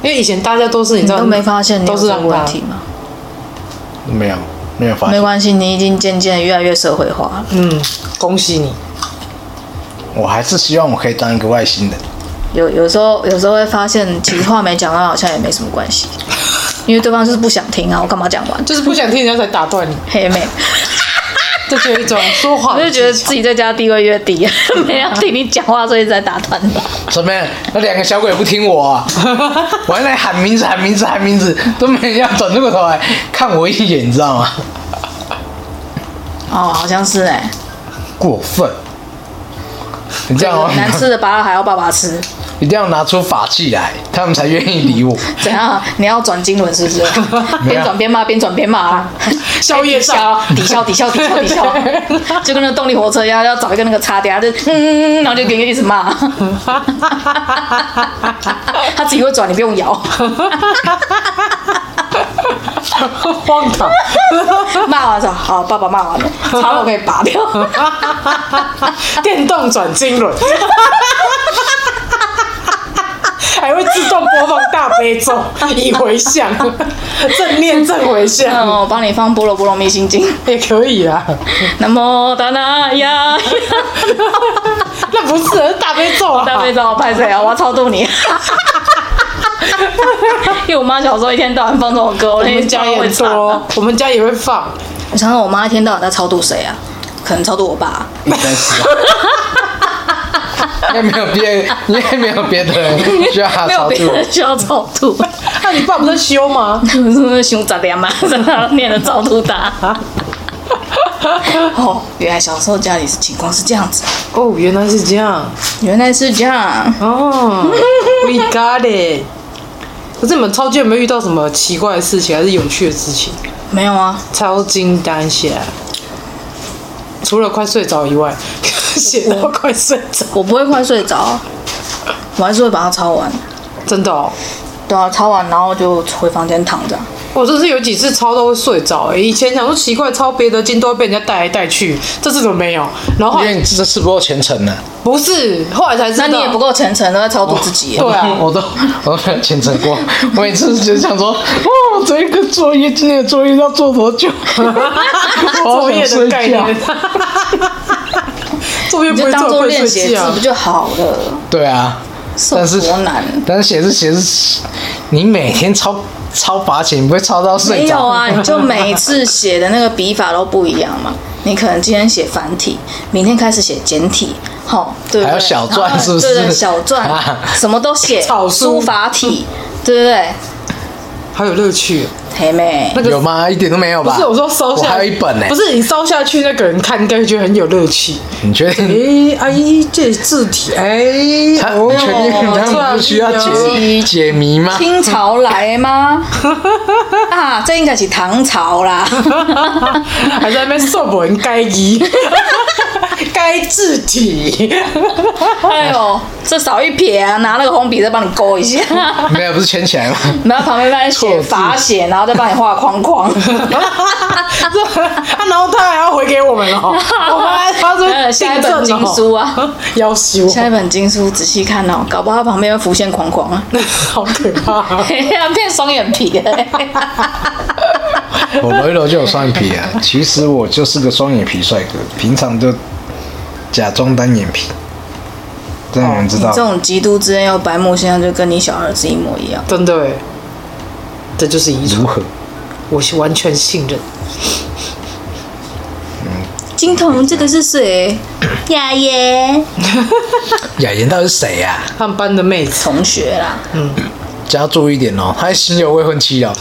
Speaker 4: 因为以前大家都是你
Speaker 2: 你
Speaker 4: 知道
Speaker 2: 都没发现你
Speaker 4: 都
Speaker 2: 有这
Speaker 4: 是
Speaker 2: 个
Speaker 4: 让
Speaker 2: 问
Speaker 4: 他
Speaker 2: 题吗？
Speaker 7: 没有没有发
Speaker 2: 没
Speaker 7: 现，
Speaker 2: 关系，你已经渐渐越来越社会化了。
Speaker 4: 嗯，恭喜你，
Speaker 7: 我还是希望我可以当一个外星人。
Speaker 2: 有有时候有时候会发现，其实话没讲到好像也没什么关系，因为对方就是不想听啊，我干嘛讲完？
Speaker 4: 就是不想听人家才打断你，
Speaker 2: 黑妹，
Speaker 4: 这就是一种说话
Speaker 2: 我就
Speaker 4: 的技巧，
Speaker 2: 觉得自己在家地位越低， 没人要听你讲话，所以一直在打断你。
Speaker 7: 怎么样？那两个小鬼不听我、 啊，我还在喊名字喊名字喊名字，都没人要转过头来看我一眼，你知道吗？
Speaker 2: 哦，好像是哎、
Speaker 7: 过分！你这样哦，
Speaker 2: 难吃的拔了还要爸爸吃，
Speaker 7: 一定要拿出法器来，他们才愿意理我。
Speaker 2: 怎样？你要转经轮是不是？边转边骂，边转边骂啊！哎
Speaker 4: 宵夜上，
Speaker 2: 抵消，抵消，抵消，抵消，就跟那个动力火车一样，要找一个那个叉点，他就嗯，然后就给你一直骂。他自己会转，你不用摇。
Speaker 4: 荒唐，
Speaker 2: 骂完说好，爸爸骂完了，茶我可以拔掉。
Speaker 4: 电动转经轮。 还会自动播放大悲咒，以回向，正念正回
Speaker 2: 那
Speaker 4: 向
Speaker 2: 我帮你放菠萝菠萝蜜心经，
Speaker 4: 也可以啊。
Speaker 2: 南无达那呀，
Speaker 4: 那不是，是大悲咒啊。
Speaker 2: 大悲咒我拍谁啊？我要超度 你。因为我妈小时候一天到晚放这种歌，我
Speaker 4: 我
Speaker 2: 那
Speaker 4: 们
Speaker 2: 天教
Speaker 4: 家
Speaker 2: 会
Speaker 4: 也
Speaker 2: 唱啊。
Speaker 4: 多，我们家也会放。
Speaker 2: 我常常我妈一天到晚在超度谁啊？可能超度我爸。
Speaker 7: 应该是 吧。应该没有别，应该没有别的人需要他
Speaker 2: 没有
Speaker 7: 操
Speaker 2: 别
Speaker 7: 作。
Speaker 2: 人需要超度，
Speaker 4: 那你爸不在修吗？
Speaker 2: 是不是凶杂粮嘛？让他念了超度 他。哦，原来小时候家里是情况是这样子，
Speaker 4: 哦，原来是这样。
Speaker 2: 原来是这样。
Speaker 4: 哦，We got it。可是你们超级有没有遇到什么奇怪的事情，还是有趣的事情？
Speaker 2: 没有啊，
Speaker 4: 超惊单下，除了快睡着以外， 写到快睡着，
Speaker 2: 我不会快睡着，我还是会把它抄完。
Speaker 4: 真的哦。
Speaker 2: 对啊，抄完然后就回房间躺着。
Speaker 4: 我真是有几次抄到会睡着、欸，以前想说奇怪，抄别的经都会被人家带来带去，这次怎么没有？然后后
Speaker 7: 因
Speaker 4: 来
Speaker 7: 为你这次不够全程呢，
Speaker 4: 不是，后来才知道，
Speaker 2: 那你也不够虔诚，都在超度自己。
Speaker 4: 对啊，
Speaker 7: 我都我都没有全程过。我每次就想说，哦，这个作业今天的作业要做多 久？我好
Speaker 4: 作
Speaker 7: 想
Speaker 4: 业的
Speaker 7: 睡
Speaker 4: 概
Speaker 7: 觉
Speaker 4: 念。 作业
Speaker 2: 你就
Speaker 4: 不会
Speaker 2: 当
Speaker 4: 做
Speaker 2: 做
Speaker 4: 会
Speaker 2: 练
Speaker 4: 睡
Speaker 2: 写
Speaker 4: 觉
Speaker 2: 字不就好了？
Speaker 7: 对啊，
Speaker 2: 是
Speaker 7: 但是
Speaker 2: 多难。
Speaker 7: 但是写字写字，你每天抄抄罚写，你不会抄到睡
Speaker 2: 没有
Speaker 7: 着？
Speaker 2: 啊，你就每一次写的那个笔法都不一样嘛。你可能今天写繁体，明天开始写简体，吼，对不对？
Speaker 7: 还有小篆
Speaker 2: 然后
Speaker 7: 是不是
Speaker 2: 对对，小篆
Speaker 7: 啊，
Speaker 2: 什么都写，
Speaker 4: 草书
Speaker 2: 书法体，对不对？
Speaker 4: 好有乐趣哦。
Speaker 2: 黑妹，
Speaker 4: 个
Speaker 7: 有吗？一点都没有
Speaker 4: 不
Speaker 7: 吧？
Speaker 4: 是我说烧
Speaker 7: 我
Speaker 4: 下，
Speaker 7: 还有一本欸呢。
Speaker 4: 不，是你烧下去，那个人看应该会觉得很有乐趣。
Speaker 7: 你确 定？
Speaker 4: 哎，阿姨，这字体， 哎，
Speaker 7: 他
Speaker 4: 哦
Speaker 7: 你确定他
Speaker 4: 这
Speaker 7: 们
Speaker 4: 样
Speaker 7: 不需要解解谜吗？
Speaker 2: 啊清朝来吗？ 啊，这应该是唐朝啦。
Speaker 4: 还在那边受不人该移，该字体，
Speaker 2: 哎呦，这少一撇啊，拿那个红笔再帮你勾一下，
Speaker 7: 没有，不是圈起来吗？
Speaker 2: 然后旁边帮你
Speaker 7: 错
Speaker 2: 写
Speaker 7: 字
Speaker 2: 法写，然后再帮你画框框。
Speaker 4: 啊然后他还要回给我们哦，我们还 他说
Speaker 2: 呃下一本
Speaker 4: 订正哦
Speaker 2: 经书啊，
Speaker 4: 要修，
Speaker 2: 下一本经书仔细看哦，搞不好旁边会浮现框框啊。
Speaker 4: 好可怕哦。
Speaker 2: 嘿嘿，变双眼皮了、欸。
Speaker 7: 我揉一揉就有双眼皮啊。其实我就是个双眼皮帅哥，平常就假装单眼皮，这样你们知
Speaker 2: 哦你
Speaker 7: 道
Speaker 2: 这。种极度自恋又白目现象，就跟你小儿子一模一样。
Speaker 4: 真的哎，这就是遗传
Speaker 7: 如，何？
Speaker 4: 我是完全信任。
Speaker 2: 金童，这个是谁？雅妍
Speaker 7: 雅妍到底是谁啊呀、
Speaker 4: 他们班的妹子，
Speaker 2: 同学啦，
Speaker 7: 加注意一点哦，她心有未婚妻哦，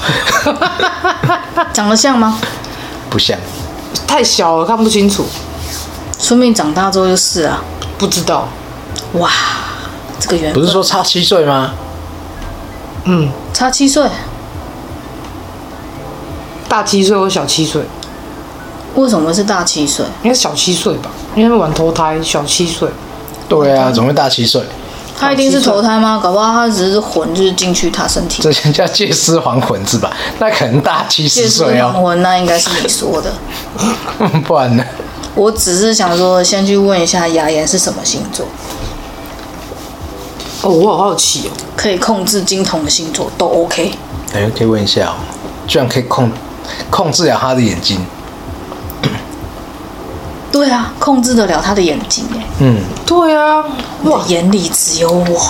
Speaker 2: 长得像吗？
Speaker 7: 不像。
Speaker 4: 太小了看不清楚，
Speaker 2: 说明长大之后就是啊。
Speaker 4: 不知道。
Speaker 2: 哇，这个缘
Speaker 7: 不
Speaker 2: 分
Speaker 7: 是说差七岁吗？
Speaker 4: 嗯，
Speaker 2: 差七岁，
Speaker 4: 大七岁或小七岁，
Speaker 2: 为什么是大七岁？
Speaker 4: 应该小七岁吧，因为晚投胎，小七岁。
Speaker 7: 对啊，怎么会大七岁？
Speaker 2: 他一定是投胎吗？搞不好他只是魂就是进去他身体。
Speaker 7: 这叫借尸还魂是吧？那可能大七
Speaker 2: 借
Speaker 7: 十
Speaker 2: 尸
Speaker 7: 岁
Speaker 2: 还
Speaker 7: 哦，
Speaker 2: 魂，那应该是你说的。
Speaker 7: 不然呢？
Speaker 2: 我只是想说，先去问一下雅妍是什么星座，
Speaker 4: 哦，我好好奇哦，
Speaker 2: 可以控制金童的星座都 OK。
Speaker 7: 哎，可以问一下哦，居然可以控控制了他的眼睛，
Speaker 2: 对啊，控制得了他的眼睛哎，
Speaker 7: 嗯，
Speaker 4: 对啊，哇
Speaker 2: 哇，，眼里只有我。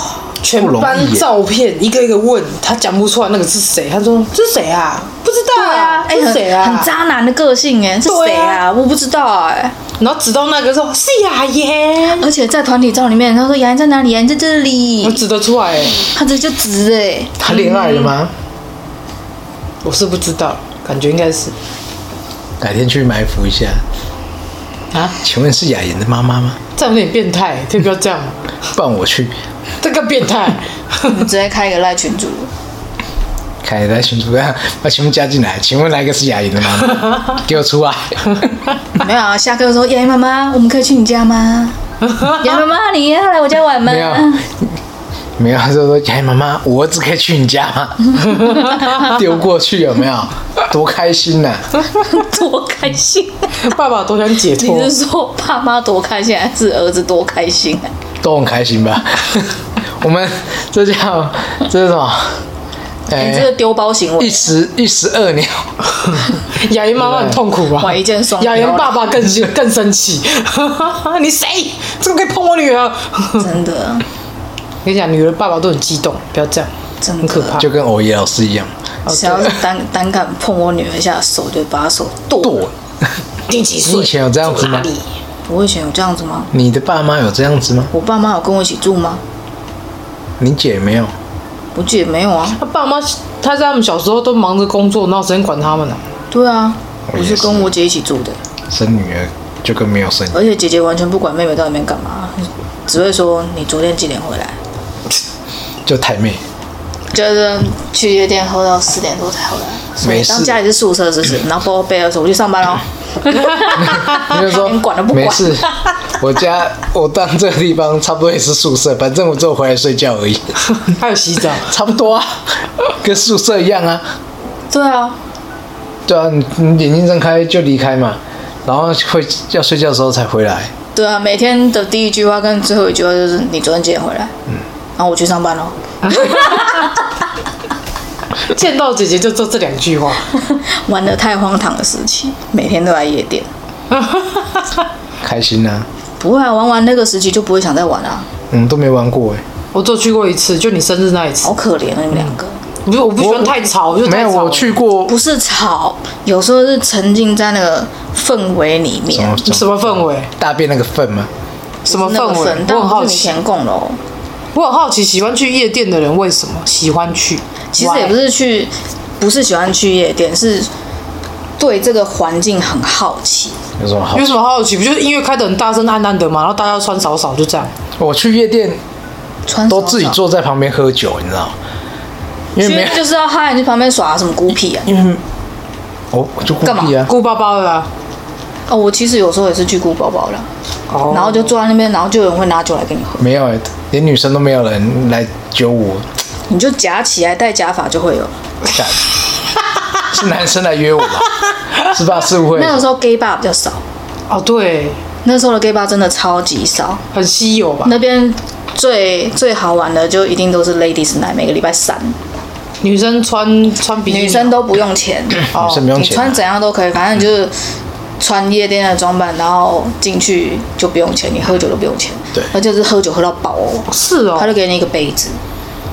Speaker 4: 全
Speaker 7: 不容
Speaker 4: 班
Speaker 7: 易耶
Speaker 4: 照片一个一个问，他讲不出来那个是谁，他说这是谁啊？不知道啊，
Speaker 2: 哎、
Speaker 4: 这是
Speaker 2: 很
Speaker 4: 谁啊？
Speaker 2: 很渣男的个性哎，是谁
Speaker 4: 对
Speaker 2: 啊？
Speaker 4: 啊
Speaker 2: 我不知道哎、
Speaker 4: 然后直到那个说是雅妍，
Speaker 2: 而且在团体照里面，他说雅妍在哪里？雅妍在这
Speaker 4: 我
Speaker 2: 里，
Speaker 4: 指得出来哎，
Speaker 2: 他这就直哎，
Speaker 7: 他恋爱了吗？
Speaker 4: 我是不知道，感觉应该是
Speaker 7: 改天去埋伏一下。
Speaker 4: 啊，
Speaker 7: 请问是雅妍的妈妈吗？
Speaker 4: 这样有点变态，可以不要这样吗，
Speaker 7: 不然我去
Speaker 4: 这个变态。
Speaker 2: 我们直接开一个赖群 主，
Speaker 7: 开来群 主让把全部加进来。请问哪一个是雅妍的妈 妈？给我出来！
Speaker 2: 没有啊？下课的时候，雅妍妈妈，我们可以去你家吗？ 雅妍妈妈，你要来我家玩吗
Speaker 7: 没？有，没有，他就说雅妍妈妈，我儿子可以去你 家吗？丢过去有没有？多开心啊呐、
Speaker 2: 多开心！
Speaker 4: 爸爸多想解脱
Speaker 2: 你，是说爸妈多开心，还是儿子多开心啊？
Speaker 7: 都很开心 吧？我们这叫这是什么？哎、
Speaker 2: 你这个丢包行
Speaker 7: 一
Speaker 2: 为，
Speaker 7: 石一石二鸟，
Speaker 4: 雅妍妈妈很痛苦吧？
Speaker 2: 哇，一箭双
Speaker 4: 雅妍
Speaker 2: 雕，
Speaker 4: 爸爸更更生气，你谁？怎么可以碰我女儿？我
Speaker 2: 真的
Speaker 4: 跟你讲，女儿爸爸都很激动，不要这样，
Speaker 2: 真的
Speaker 4: 很可怕。
Speaker 7: 就跟欧耶老师一样，
Speaker 2: 只要是胆 胆敢碰我女儿一下手，就把她手剁
Speaker 7: 剁。
Speaker 4: 第几
Speaker 7: 你以前有这样子吗？
Speaker 2: 我以前有这样子吗？
Speaker 7: 你的爸妈有这样子吗？
Speaker 2: 我爸妈有跟我一起住吗？
Speaker 7: 你姐没有？
Speaker 2: 我姐没有啊。
Speaker 4: 他爸妈，他在他们小时候都忙着工作，哪有时间管他们呢、
Speaker 2: 对啊，
Speaker 7: 我
Speaker 2: 我
Speaker 7: 哦也
Speaker 2: 是
Speaker 7: 是
Speaker 2: 跟我姐一起住的，
Speaker 7: 生女儿就跟没有生，
Speaker 2: 而且姐姐完全不管妹妹到里面干嘛，只会说你昨天几点回来，
Speaker 7: 就太妹。
Speaker 2: 就是去夜店喝到四点多才回来。所
Speaker 7: 没
Speaker 2: 以
Speaker 7: 事
Speaker 2: 当家里是宿舍，是不是？然后包包背了说我去上 班喽。
Speaker 7: 你就说
Speaker 2: 连管都不管
Speaker 7: 没事，我家我当这个地方差不多也是宿舍，反正我只有回来睡觉而已，
Speaker 4: 还有洗澡，
Speaker 7: 差不多啊， 跟宿舍一样啊。
Speaker 2: 对啊，
Speaker 7: 对啊，你你眼睛睁开就离开嘛，然后会要睡觉的时候才回来。
Speaker 2: 对啊，每天的第一句话跟最后一句话就是你昨天几点回来？
Speaker 7: 嗯
Speaker 2: 然后我去上班喽。
Speaker 4: 见到姐姐就做这两句话。
Speaker 2: 玩的太荒唐的时期，每天都来夜店。
Speaker 7: 开心啊，
Speaker 2: 不会啊，玩完那个时期就不会想再玩啊，
Speaker 7: 我们都没玩过哎、
Speaker 4: 我只有去过一次，就你生日那一次
Speaker 2: 好。可怜啊你们两个。
Speaker 4: 不是，我不喜欢
Speaker 7: 我
Speaker 4: 太吵，就
Speaker 7: 没
Speaker 4: 太
Speaker 7: 有，
Speaker 4: 吵了
Speaker 7: 我去过
Speaker 2: 不是吵，有时候是沉浸在那个氛围里
Speaker 7: 什
Speaker 2: 面
Speaker 7: 么，
Speaker 4: 什么氛围？
Speaker 7: 大便那个粪吗？
Speaker 4: 什么
Speaker 2: 那
Speaker 4: 氛
Speaker 2: 个
Speaker 4: 围
Speaker 2: 氛，？
Speaker 4: 我
Speaker 2: 但
Speaker 4: 很好
Speaker 2: 不是你
Speaker 4: 奇，
Speaker 2: 前共楼。
Speaker 4: 我很好奇，喜欢去夜店的人为什么喜欢去？
Speaker 2: 其实也不是去，不是喜欢去夜店，是对这个环境很好奇。
Speaker 7: 有什么好
Speaker 4: Why？有？什么好奇？不就是音乐开得很大声、暗暗的嘛，然后大家穿少少，就这样。
Speaker 7: 我去夜店
Speaker 2: 穿
Speaker 7: 都
Speaker 2: 手
Speaker 7: 自己
Speaker 2: 掌，
Speaker 7: 坐在旁边喝酒，你知道吗？因为没
Speaker 2: 去
Speaker 7: 有
Speaker 2: 就是要嗨，你去旁边耍什么孤僻啊？
Speaker 7: 哦，我就故
Speaker 2: 干嘛
Speaker 7: 意啊，
Speaker 4: 顾包包的啊，
Speaker 2: 哦，我其实有时候也是去顾宝宝啦，
Speaker 4: 哦
Speaker 2: 然后就坐在那边，然后就有人会拿酒来给你喝，
Speaker 7: 没有哎、连女生都没有人来揪我，
Speaker 2: 你就夹起来戴假发就会有。
Speaker 7: 干是男生来约我 吧？是吧？是不会
Speaker 2: 那个时候 gay bar 比较少，
Speaker 4: 哦，对，
Speaker 2: 那时候的 gay bar 真的超级少。
Speaker 4: 很稀有吧？
Speaker 2: 那边最最好玩的就一定都是 Ladies Night，每个礼拜三。
Speaker 4: 女生穿穿比基尼，
Speaker 2: 女生都不用钱，哦
Speaker 7: 女生不用
Speaker 2: 你
Speaker 7: 钱啊、
Speaker 2: 穿怎样都可以，反正你就是穿夜店的装扮，然后进去就不用钱，你喝酒都不用钱，
Speaker 7: 对
Speaker 2: 而且是喝酒喝到饱哦，
Speaker 4: 是哦
Speaker 2: 他，就给你一个杯子，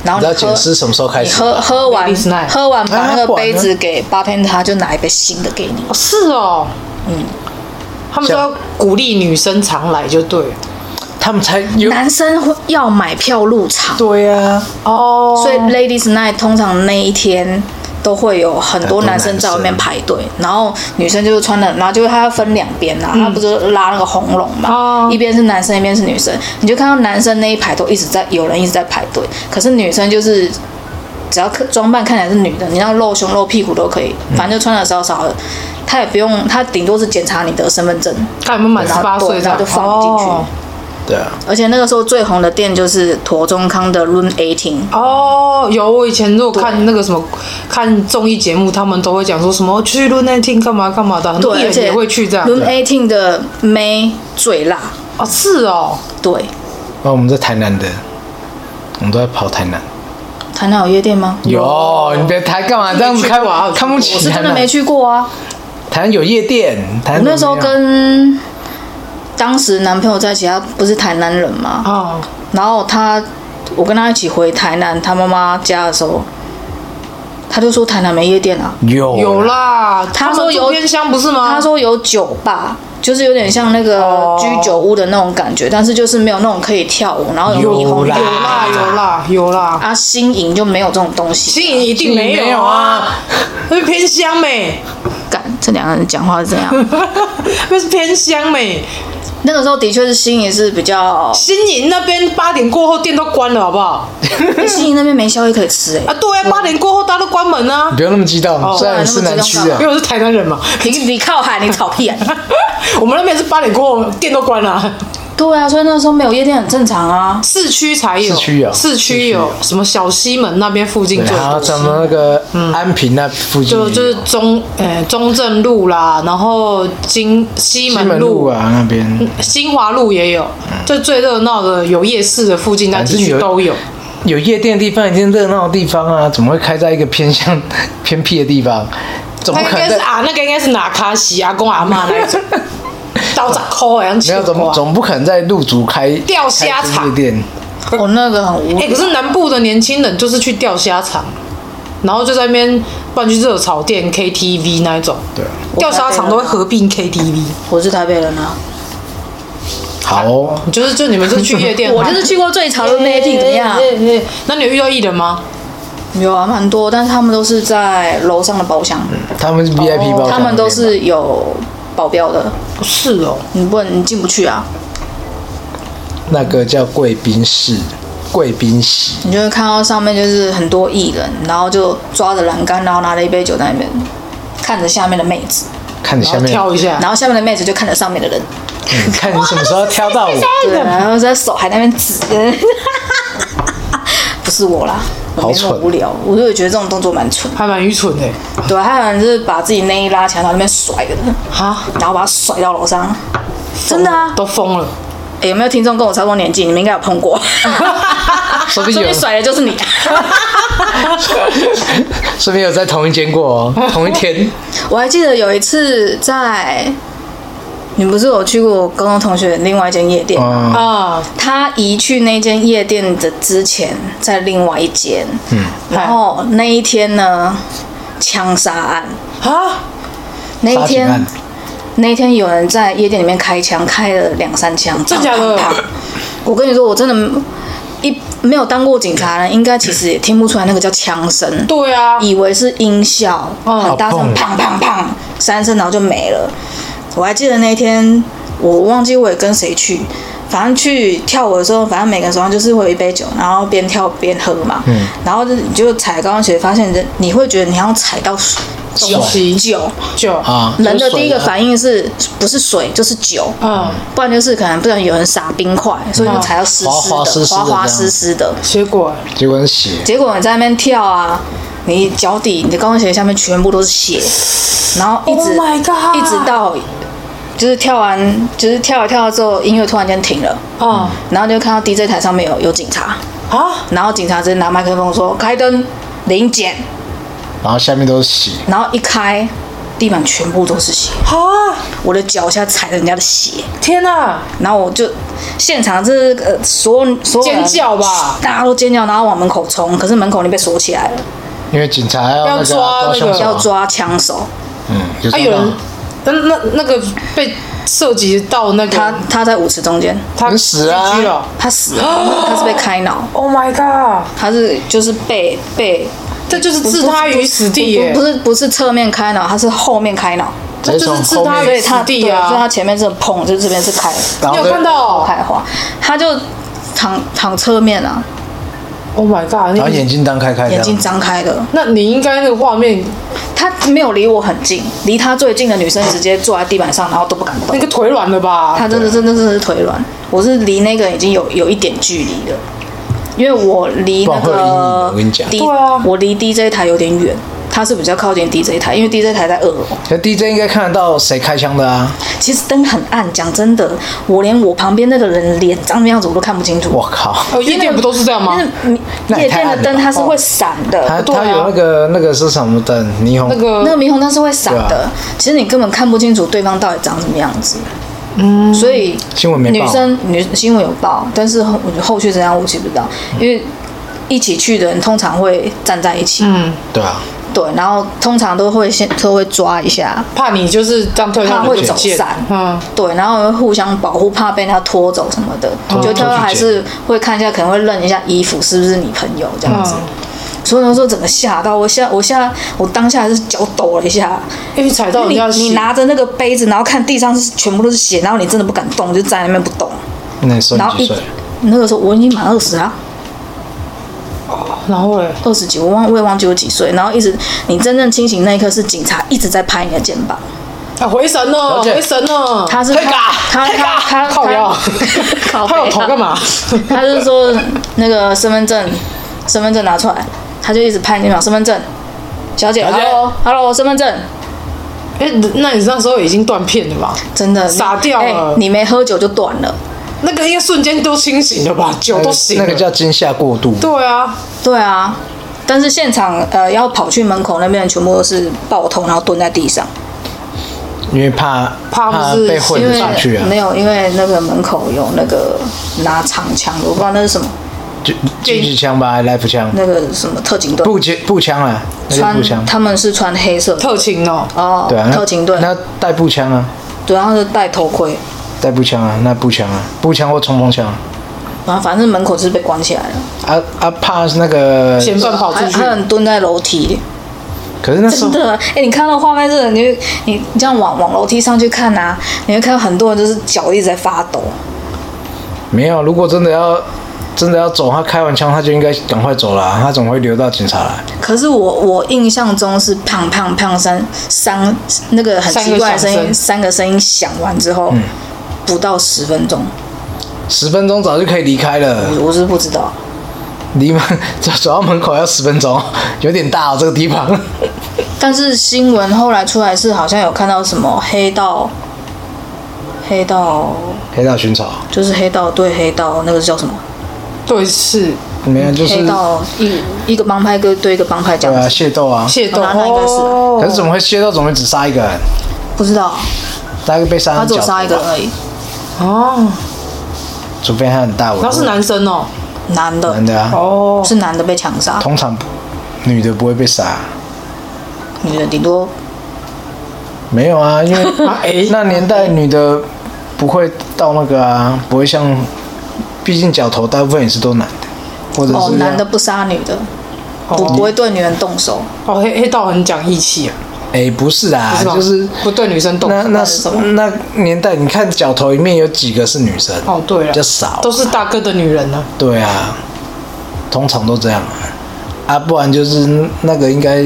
Speaker 2: 然后
Speaker 7: 你知道
Speaker 2: 你
Speaker 7: 检
Speaker 2: 喝。
Speaker 7: 视什么时候开
Speaker 2: 你
Speaker 7: 始？
Speaker 2: 喝喝完
Speaker 4: Ladies night
Speaker 2: 喝完把
Speaker 7: 啊
Speaker 2: 那个
Speaker 7: 不然
Speaker 2: 杯
Speaker 7: 呢
Speaker 2: 子给 bartender，他就拿一杯新的给你。
Speaker 4: 哦是哦，嗯，他们都要鼓励女生常来就对了
Speaker 7: 他们才啊有
Speaker 2: 男生会要买票入场，
Speaker 7: 对啊，
Speaker 4: 哦，
Speaker 2: 所以 Ladies Night 通常那一天都会有很多男生在外面排队，然后女生就是穿的，然后就是他要分两边呐、他不是拉那个红龙嘛，
Speaker 4: 嗯哦
Speaker 2: 一边是男生，一边是女生，你就看到男生那一排都一直在有人一直在排队，可是女生就是。只要看装扮看起来是女的，你要露胸露屁股都可以，反正就穿的少少的，他也不用，他顶多是检查你的身份证，
Speaker 4: 看有没有满十
Speaker 2: 然后
Speaker 4: 八
Speaker 2: 对
Speaker 4: 岁这
Speaker 2: 然
Speaker 4: 样
Speaker 2: 后就放你进去。
Speaker 4: 哦
Speaker 7: 对啊，
Speaker 2: 而且那个时候最红的店就是陀中康的 Room Eighteen，
Speaker 4: 哦，有我以前如果看那个什么看综艺节目，他们都会讲说什么去 l u n a t i n 干嘛干嘛的，很多
Speaker 2: 对，而
Speaker 4: 人也
Speaker 2: 且
Speaker 4: 会去这样。
Speaker 2: Room Eighteen 的妹最辣，
Speaker 4: 哦，是哦，
Speaker 2: 对，
Speaker 7: 哦那我们在台南的，我们都在跑台南。
Speaker 2: 台南有夜店吗？
Speaker 7: 有，你别台干嘛这样子开我看不
Speaker 2: 我
Speaker 7: 起
Speaker 2: 是
Speaker 7: 台
Speaker 2: 真的没
Speaker 7: 南？
Speaker 2: 去过啊，
Speaker 7: 台南有夜店，台
Speaker 2: 我
Speaker 7: 南
Speaker 2: 那时候
Speaker 4: 啊
Speaker 7: 怎么样
Speaker 2: 跟当时男朋友在一起，他不是台南人嘛，
Speaker 4: 哦，
Speaker 2: 然后他我跟他一起回台南他妈妈家的时候，他就说台南没夜店啊，
Speaker 7: 有
Speaker 4: 哦有啦，
Speaker 2: 他
Speaker 4: 们
Speaker 2: 说
Speaker 4: 住
Speaker 2: 有
Speaker 4: 偏乡不是吗？
Speaker 2: 他说有酒吧，就是有点像那个
Speaker 4: 哦
Speaker 2: 居酒屋的那种感觉，但是就是没有那种可以跳舞，然后有霓虹
Speaker 7: 有
Speaker 2: 灯
Speaker 7: 啦
Speaker 4: 有啦有啦有啦，
Speaker 2: 啊，新营就没有这种东西。
Speaker 4: 新营一定没
Speaker 7: 新营没有
Speaker 4: 啊
Speaker 7: 啊，
Speaker 4: 那是 偏乡欸美，
Speaker 2: 干，这两个人讲话是这 样。
Speaker 4: 那是偏乡美。
Speaker 2: 那个时候的确是新营是比 较，
Speaker 4: 新营那边八点过后店都关了，好不好？
Speaker 2: 新营那边没宵夜可以吃哎、
Speaker 4: 啊，对
Speaker 7: 嗯
Speaker 4: 啊，八点过后大家都关门啊
Speaker 7: 你，不用那么激动，虽然是南区
Speaker 2: 哦
Speaker 7: 啊
Speaker 2: 不然那么激动啊
Speaker 7: 的
Speaker 2: 干
Speaker 4: 因，为我是台南人嘛。
Speaker 2: 你你靠海，你草屁啊！
Speaker 4: 我们那边是八点过后店都关了、
Speaker 2: 对啊，所以那个时候没有夜店很正常 啊。
Speaker 4: 市区才有，
Speaker 7: 市区有
Speaker 4: 市
Speaker 7: 市
Speaker 4: 区
Speaker 7: 区
Speaker 4: 有
Speaker 7: 有
Speaker 4: 什么小西门那边附近
Speaker 7: 对，
Speaker 4: 最
Speaker 7: 然后咱
Speaker 4: 多，
Speaker 7: 们那个
Speaker 2: 嗯
Speaker 7: 安平那附近也
Speaker 4: 就
Speaker 7: 有，
Speaker 4: 就是中呃中正路啦，然后金西
Speaker 7: 西
Speaker 4: 门
Speaker 7: 门
Speaker 4: 路
Speaker 7: 路。啊那边
Speaker 4: 新华路也有，这最热闹的有夜市的附近，那
Speaker 7: 反
Speaker 4: 几
Speaker 7: 正
Speaker 4: 区
Speaker 7: 有
Speaker 4: 都有。
Speaker 7: 有夜店的地方，已经热闹的地方啊，怎么会开在一个偏向偏僻的地方？怎么
Speaker 4: 那应
Speaker 7: 可能
Speaker 4: 该是
Speaker 7: 在？
Speaker 4: 啊，那个应该是拿卡西阿公阿妈那一种，刀仔扣好像
Speaker 7: 没有，
Speaker 4: 切
Speaker 7: 总
Speaker 4: 瓜
Speaker 7: 总不可能在路竹开
Speaker 4: 钓虾场
Speaker 7: 开夜店，
Speaker 2: 我那个很无
Speaker 4: 哎、
Speaker 2: 聊，
Speaker 4: 可是南部的年轻人就是去钓虾场，然后就在那边不然去热炒店、KTV 那一种。
Speaker 7: 对，
Speaker 4: 钓虾场都会合并 KTV，
Speaker 2: 我是台北人啊，，
Speaker 7: 好哦，
Speaker 4: 就是就你们就去夜店
Speaker 2: 我就是去过最潮的夜店，怎 么样？
Speaker 4: 欸欸欸那你有遇到艺人吗？
Speaker 2: 有啊，蛮多，但是他们都是在楼上的包厢，哦
Speaker 7: 他们是 VIP
Speaker 4: 哦
Speaker 7: 包厢那边嘛，
Speaker 2: 他们都是有保镖的，
Speaker 4: 是哦，
Speaker 2: 你不能你进不去啊，
Speaker 7: 那个叫贵宾室、贵宾席，
Speaker 2: 你就会看到上面就是很多艺人，然后就抓着栏杆，然后拿了一杯酒在那边看着下面的妹子，
Speaker 7: 看你下
Speaker 4: 然后
Speaker 7: 面，
Speaker 4: 跳一下，
Speaker 2: 然后下面的妹子就看着上面的人，
Speaker 7: 嗯看你什么时候挑 到我，
Speaker 2: 对，然后在手还在那边指， 不是我啦，我没那么
Speaker 7: 好蠢
Speaker 2: 无聊，我就觉得这种动作蛮蠢，
Speaker 4: 还蛮愚蠢的欸。
Speaker 2: 对啊，他好像是把自己内衣拉起来，然后在那边甩的，
Speaker 4: 哈，
Speaker 2: 然后把它甩到楼上，真的啊，
Speaker 4: 都疯了，
Speaker 2: 诶有没有听众跟我差不多年纪？你们应该有碰过，
Speaker 7: 说
Speaker 2: 说
Speaker 7: 不定
Speaker 2: 不定
Speaker 7: 有，
Speaker 2: 甩的就是 你。
Speaker 7: 说不定有在同一间过哦，同一 天，
Speaker 2: 我还记得有一次在，你不是有去过我高中同学另外一间夜店吗？
Speaker 7: 嗯，
Speaker 4: 啊，
Speaker 2: 他移去那间夜店的之前，在另外一间，嗯，然后那一天呢，枪杀案
Speaker 4: 啊，
Speaker 2: 那一
Speaker 7: 杀警
Speaker 2: 天
Speaker 7: 案，
Speaker 2: 那一天有人在夜店里面开枪，开了两三枪，
Speaker 4: 真假的
Speaker 2: 砰砰砰我跟你说，我真的。一没有当过警察的人，应该其实也听不出来那个叫枪声。
Speaker 4: 对啊，
Speaker 2: 以为是音效，
Speaker 4: 哦
Speaker 2: 很大声，
Speaker 7: 砰
Speaker 2: 砰砰砰三声，然后就没了。我还记得那一天，我忘记我也跟谁去，反正去跳舞的时候，反正每个人手上就是会有一杯酒，然后边跳边喝嘛。嗯，然后你就踩高跟鞋，发现人你会觉得你要踩到水
Speaker 4: 东西
Speaker 2: 酒，
Speaker 4: 就
Speaker 7: 啊，
Speaker 2: 人的
Speaker 7: 有水
Speaker 2: 第一个
Speaker 7: 啊
Speaker 2: 反应是不是水就是酒，
Speaker 4: 嗯，
Speaker 2: 不然就是可能不然有人撒冰块，所以就踩到湿
Speaker 7: 滑滑
Speaker 2: 湿
Speaker 7: 湿
Speaker 2: 的，
Speaker 7: 湿的
Speaker 2: 滑滑
Speaker 7: 这样
Speaker 2: 湿湿的。
Speaker 4: 结果
Speaker 7: 啊结果是血，
Speaker 2: 结果你在那边跳啊，你脚底、你的高跟鞋下面全部都是血，然后一直、
Speaker 4: Oh my God
Speaker 2: 一直到就是跳完，就是跳一跳之后，音乐突然间停了，
Speaker 4: 啊
Speaker 2: 然后就看到 DJ 台上面有有警察，
Speaker 4: 啊，
Speaker 2: 然后警察直接拿麦克风说开灯，零检，
Speaker 7: 然后下面都是血，
Speaker 2: 然后一开，地板全部都是血，
Speaker 4: 啊！
Speaker 2: 我的脚下踩了人家的血，
Speaker 4: 天啊哪！
Speaker 2: 然后我就现场这呃所有所有人
Speaker 4: 尖叫吧
Speaker 2: 大家都尖叫，然后往门口冲，可是门口已经被锁起来了，
Speaker 7: 因为警察要那
Speaker 4: 要
Speaker 7: 个啊
Speaker 4: 抓
Speaker 7: 抓
Speaker 4: 那个
Speaker 7: 凶手
Speaker 2: 要
Speaker 7: 啊，
Speaker 2: 抓枪手，
Speaker 7: 嗯，有
Speaker 4: 啊，
Speaker 7: 抓
Speaker 4: 有人
Speaker 7: 到，
Speaker 4: 那那那个被涉及到那个
Speaker 2: 他他在舞池中间，
Speaker 4: 他
Speaker 7: 人死啊
Speaker 4: GG 了
Speaker 2: 他死 了，他是被开脑，
Speaker 4: ！Oh my god！
Speaker 2: 他是就是被被
Speaker 4: 这就是置他于死地耶
Speaker 2: 不！是不是侧面开脑，他是后面开脑，
Speaker 7: 直接
Speaker 4: 这就
Speaker 7: 从
Speaker 4: 是自
Speaker 7: 后
Speaker 4: 他
Speaker 7: 面，
Speaker 2: 所以他
Speaker 4: 死地
Speaker 2: 对
Speaker 4: 啊
Speaker 2: 所以他前面是砰，就这边是开
Speaker 7: 然
Speaker 4: 你
Speaker 7: 后
Speaker 4: 有看
Speaker 7: 再
Speaker 4: 到哦
Speaker 2: 开花，他就躺躺侧面啊，
Speaker 4: ？Oh my god！
Speaker 7: 然后
Speaker 4: 那
Speaker 7: 眼睛张开开这
Speaker 2: 眼
Speaker 7: 样，
Speaker 2: 睛张开的，
Speaker 4: 那你应该那个画面，
Speaker 2: 他没有离我很近，离他最近的女生直接坐在地板上，然后都不敢动
Speaker 4: 那。个腿软了吧？
Speaker 2: 他真的真的真的是腿软，我是离那个已经有有一点距离了，因为我离那
Speaker 7: 不然会有阴影
Speaker 2: 个
Speaker 7: 我跟你讲
Speaker 2: D，
Speaker 4: 对啊
Speaker 2: 我离 DJ 台有点远，他是比较靠近 DJ 台，因为 DJ 台在二楼。
Speaker 7: 可 DJ 应该看得到谁开枪的啊！
Speaker 2: 其实灯很暗，讲真的，我连我旁边那个人脸长什么样子我都看不清楚。
Speaker 7: 我靠，
Speaker 4: 哦，夜店不都是这样吗？
Speaker 2: 因
Speaker 7: 那
Speaker 2: 为
Speaker 7: 也
Speaker 2: 夜
Speaker 7: 太
Speaker 2: 店
Speaker 7: 暗
Speaker 2: 的
Speaker 7: 了
Speaker 2: 灯
Speaker 7: 吧哦
Speaker 2: 它是会闪的，
Speaker 7: 他
Speaker 4: 对啊
Speaker 7: 他有那个那个是什么灯？霓虹
Speaker 4: 那个
Speaker 2: 那个霓虹灯是会闪
Speaker 7: 嗯对
Speaker 2: 的，
Speaker 7: 啊
Speaker 2: 其实你根本看不清楚对方到底长什么样子。嗯，所以
Speaker 7: 新闻没报
Speaker 2: 女生女新闻有报，但是后后续怎样我其实不知道，
Speaker 7: 嗯
Speaker 2: 因为一起去的人通常会站在一起，
Speaker 4: 嗯，
Speaker 7: 对啊，
Speaker 2: 对，然后通常都会先都会抓一下，
Speaker 4: 怕你就是这样跳下
Speaker 2: 怕
Speaker 4: 去
Speaker 2: 会
Speaker 4: 就
Speaker 2: 走
Speaker 4: 见
Speaker 2: 散，
Speaker 4: 嗯，
Speaker 2: 对，然后会互相保护，怕被他拖走什么的。我
Speaker 4: 哦
Speaker 2: 觉得他还是会看一下，可能会认一下衣服是不是你朋友这样子。
Speaker 4: 嗯
Speaker 2: 所以那时候整个吓到我吓，我吓，我当下还是脚抖了一下。
Speaker 4: 因为踩到人
Speaker 2: 你
Speaker 4: 家的
Speaker 2: 你
Speaker 4: 血
Speaker 2: 拿着那个杯子，然后看地上是全部都是血，然后你真的不敢动，就站在那边不动。
Speaker 7: 那你说
Speaker 2: 然
Speaker 7: 你
Speaker 2: 后
Speaker 7: 几
Speaker 2: 一
Speaker 7: 岁？
Speaker 2: 那个时候我已经满二十啊，
Speaker 4: 然后嘞，
Speaker 2: 二十几，我忘我也忘记我几岁。然后一直你真正清醒那一刻是警察一直在拍你的肩膀，
Speaker 4: 啊，回神了，
Speaker 7: 了解
Speaker 4: 回神了，
Speaker 2: 他是
Speaker 4: 太
Speaker 2: 他
Speaker 4: 嘎，
Speaker 2: 他
Speaker 4: 太
Speaker 2: 他
Speaker 4: 嘎
Speaker 2: 他
Speaker 4: 靠腰，
Speaker 2: 靠啊
Speaker 4: 他有
Speaker 2: 背
Speaker 4: 头干嘛？
Speaker 2: 他就说那个身份证，身份证拿出来，他就一直拍你肩膀，身份证，小姐，hello hello，身份证，
Speaker 4: 哎，那你那时候已经断片了吧？
Speaker 2: 真的
Speaker 4: 傻掉了
Speaker 2: 哎你没喝酒就断了，
Speaker 4: 那个应该瞬间都清醒了吧？酒都醒了，
Speaker 7: 那个叫惊吓过度，
Speaker 4: 对啊，
Speaker 2: 对啊，但是现场呃要跑去门口那边的全部都是抱头，然后蹲在地上，
Speaker 7: 因为怕
Speaker 4: 怕不是
Speaker 7: 被混
Speaker 2: 因为
Speaker 7: 出去啊
Speaker 2: 没，有，因为那个门口有那个拿长枪的，我不知道那是什么，
Speaker 7: 狙狙击枪吧，life 枪，
Speaker 2: 那个什么特警队，
Speaker 7: 步枪步枪啊，那个步枪
Speaker 2: 穿，他们是穿黑色的
Speaker 4: 特勤哦，
Speaker 2: 哦
Speaker 7: 对啊，那
Speaker 2: 特勤队，
Speaker 7: 那带步枪啊，
Speaker 2: 对，然后就戴头盔，
Speaker 7: 带步枪啊，那步枪啊，步枪或冲锋枪啊
Speaker 2: 然后反正门口是被关起来了。
Speaker 7: 啊啊，怕那个，
Speaker 4: 嫌犯跑出
Speaker 2: 还
Speaker 4: 去
Speaker 2: 还，有人蹲在楼梯 里，
Speaker 7: 可是那时
Speaker 2: 真
Speaker 7: 候
Speaker 2: 的，哎、你看到画面真的，你就你你这样往往楼梯上去看啊，你会看到很多人就是脚一直在发抖，
Speaker 7: 没有，如果真的要真的要走，他开完枪他就应该赶快走了啊，他怎么会留到警察来？
Speaker 2: 可是我我印象中是砰砰砰三三那个很奇怪的声
Speaker 4: 三个响
Speaker 2: 音，
Speaker 4: 声嗯
Speaker 2: 三个声音响完之后，不到十分钟，
Speaker 7: 十分钟早就可以离开了，
Speaker 2: 我是不知道，
Speaker 7: 离门 走走到门口要十分钟，有点大哦这个地方。
Speaker 2: 但是新闻后来出来是好像有看到什么黑道，黑道
Speaker 7: 黑道寻仇，
Speaker 2: 就是黑道对黑道那个叫什么？
Speaker 4: 对，
Speaker 2: 哦
Speaker 4: 是
Speaker 7: 没有就是
Speaker 2: 黑道一一个帮派跟对一个帮派这
Speaker 7: 对
Speaker 2: 样
Speaker 7: 啊，
Speaker 2: 子。
Speaker 7: 械斗啊。
Speaker 4: 械斗，
Speaker 2: 哦那应该是啊
Speaker 4: 哦
Speaker 7: 可是怎么会械斗？怎么会只杀一个人？
Speaker 2: 不知道，
Speaker 7: 大概被杀
Speaker 2: 他
Speaker 7: 人
Speaker 2: 只有
Speaker 7: 角，
Speaker 2: 杀一个人而已，
Speaker 4: 哦，
Speaker 7: 除非他很大我
Speaker 4: 然后是男生哦，
Speaker 2: 男的，
Speaker 7: 男的啊，
Speaker 4: 哦，
Speaker 2: 是男的被强杀，
Speaker 7: 通常不女的不会被杀。
Speaker 2: 女的顶多
Speaker 7: 没有啊，因为
Speaker 4: 啊 哎
Speaker 7: 那年代女的不会到那个啊，不会像，毕竟角头大部分也是都男的，或者
Speaker 2: 哦
Speaker 7: 是，
Speaker 2: 男的不杀女的，
Speaker 7: 哦
Speaker 2: 不不会对女人动手，
Speaker 4: 哦，黑黑道很讲义气啊，
Speaker 7: 哎不是啊，
Speaker 4: 是吧
Speaker 7: 就是
Speaker 4: 不对女生动手，
Speaker 7: 那那
Speaker 2: 是
Speaker 7: 是
Speaker 2: 什么
Speaker 7: 那年代，你看角头里面有几个是女生？
Speaker 4: 哦，对
Speaker 7: 比
Speaker 4: 了，
Speaker 7: 较少
Speaker 4: 都。是大哥的女人呢，
Speaker 7: 对啊，通常都这样啊，啊，不然就是那个应该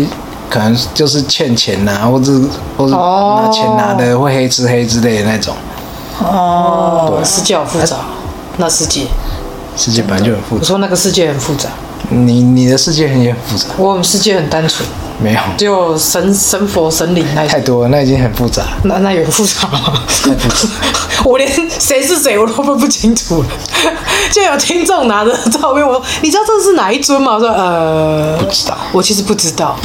Speaker 7: 可能就是欠钱呐、或者或者
Speaker 4: 哦
Speaker 7: 拿钱拿的会黑吃黑之类的那种。啊
Speaker 4: 哦，世界好复杂，那世界，
Speaker 7: 世界本来就很复
Speaker 4: 我
Speaker 7: 杂，
Speaker 4: 说那个世界很复杂，
Speaker 7: 你你的世界很也很复杂，
Speaker 4: 我们世界很单纯，
Speaker 7: 没有
Speaker 4: 只有神神佛神灵那
Speaker 7: 太多了，那已经很复杂了。
Speaker 4: 那那也很复杂吗？ 我连谁是谁我都分不清楚了。就有听众拿着照片，我说你知道这是哪一尊吗？我说呃，不
Speaker 7: 知道
Speaker 4: 我其实不知道。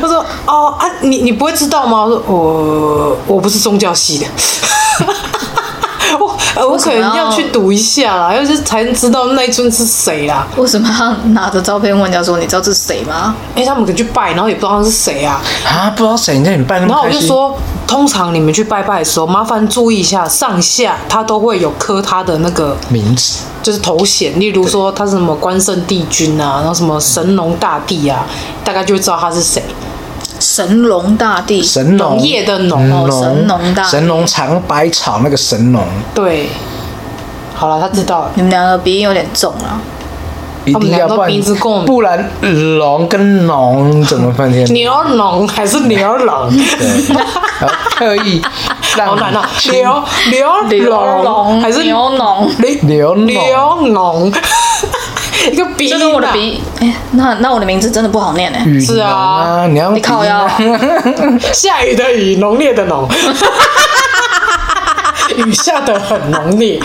Speaker 4: 他说哦啊，你你不会知道吗？我说我我不是宗教系的。我呃我
Speaker 2: 为什
Speaker 4: 可
Speaker 2: 么
Speaker 4: 能要
Speaker 2: 要
Speaker 4: 去读一下啦，要是才能知道那一尊是谁啦。
Speaker 2: 为什么要拿着照片问人家说你知道这是谁吗？
Speaker 4: 因为他们可能去拜，然后也不知道他是谁啊。
Speaker 7: 啊，不知道谁在你办那
Speaker 4: 然后
Speaker 7: 么
Speaker 4: 我
Speaker 7: 开
Speaker 4: 就
Speaker 7: 心，
Speaker 4: 说，通常你们去拜拜的时候，麻烦注意一下上下，他都会有刻他的那个
Speaker 7: 名字
Speaker 4: 就是头衔，例如说他是什么关圣帝君啊，然后什么神农大帝啊，大概就会知道他是谁。
Speaker 2: 神龙大帝，
Speaker 7: 神农
Speaker 4: 农业的农
Speaker 7: 嗯
Speaker 4: 哦
Speaker 2: 神农大帝
Speaker 7: 神农尝百草那个神农
Speaker 4: 对，好了，他知道了。
Speaker 2: 你们两个鼻音有点重啊。
Speaker 7: 一
Speaker 4: 他们
Speaker 7: 定要
Speaker 4: 两个
Speaker 7: 不然
Speaker 4: 鼻子共鸣
Speaker 7: 不然龙跟农怎么分天？
Speaker 4: 牛农还是牛龙？
Speaker 7: 然后特哦意
Speaker 4: 好
Speaker 7: 让
Speaker 4: 难啊！
Speaker 7: 你
Speaker 4: 牛牛龙还是
Speaker 2: 牛龙，
Speaker 7: 牛农
Speaker 4: 牛农？一个鼻音
Speaker 2: 这
Speaker 4: 啊
Speaker 2: 跟我的鼻，哎、那那我的名字真的不好念哎、
Speaker 7: 雨
Speaker 4: 是啊
Speaker 7: 农啊，你要用
Speaker 2: 你靠
Speaker 7: 鼻音
Speaker 2: 腰
Speaker 7: 啊，
Speaker 4: 下雨的雨，浓烈的浓，雨下的很浓烈。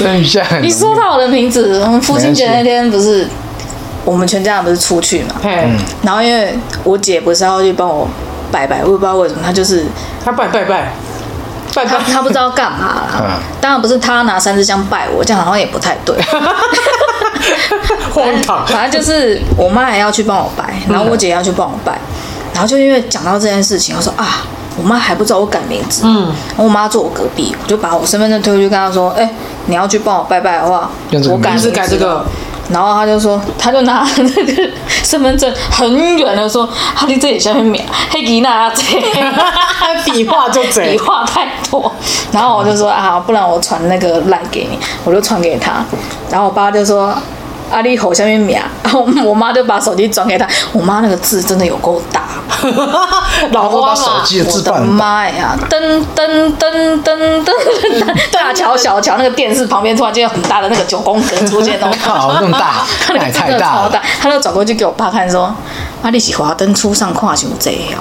Speaker 7: 等一下很容
Speaker 2: 你
Speaker 7: 易，
Speaker 2: 说到我的名字，我们父亲节
Speaker 7: 没关系
Speaker 2: 那天不是我们全家人不是出去嘛，
Speaker 4: 嘿，
Speaker 2: 然后因为我姐不是要去帮我拜拜，我也不知道为什么，她就是
Speaker 4: 他拜拜拜拜
Speaker 2: 她
Speaker 4: 拜，
Speaker 2: 她不知道干嘛啦
Speaker 7: 嗯。
Speaker 2: 当然不是她拿三支香拜我，这样好像也不太 对。
Speaker 4: 荒唐。
Speaker 2: 反正就是我妈也要去帮我拜，然后我姐也要去帮我拜，然后就因为讲到这件事情，我说啊，我妈还不知道我改名字，嗯，然后我妈坐我隔壁，我就把我身份证推过去跟她说，哎、你要去帮我拜拜的话
Speaker 7: 用这，个
Speaker 2: 我改
Speaker 7: 名字
Speaker 2: 名字
Speaker 4: 改这个。
Speaker 2: 然后她就说，她就拿那个身份证很远的说，哈利这里下面秒黑吉娜啊这，
Speaker 4: 比划就贼
Speaker 2: 比话太多。然后我就说啊，不然我传那个赖给你，我就传给他。然后我爸就说。阿丽吼下面秒，然后我妈就把手机转给他。我妈那个字真的有够大，
Speaker 4: 老
Speaker 7: 我
Speaker 4: 花
Speaker 7: 把手
Speaker 4: 嘛，
Speaker 7: 机的
Speaker 2: 我
Speaker 7: 字
Speaker 2: 的
Speaker 7: 办
Speaker 2: 妈呀！噔噔噔噔噔，大乔小乔那个电视旁边突然间有很大的那个九宫格出现哦，，
Speaker 7: 好那么大
Speaker 2: 他
Speaker 7: 那
Speaker 2: 那个
Speaker 7: 也
Speaker 2: 真
Speaker 7: 太
Speaker 2: 的
Speaker 7: 大
Speaker 2: 超
Speaker 7: 了
Speaker 2: 大。，他就转过去给我爸看说：“阿丽喜华灯初上跨熊贼哦。”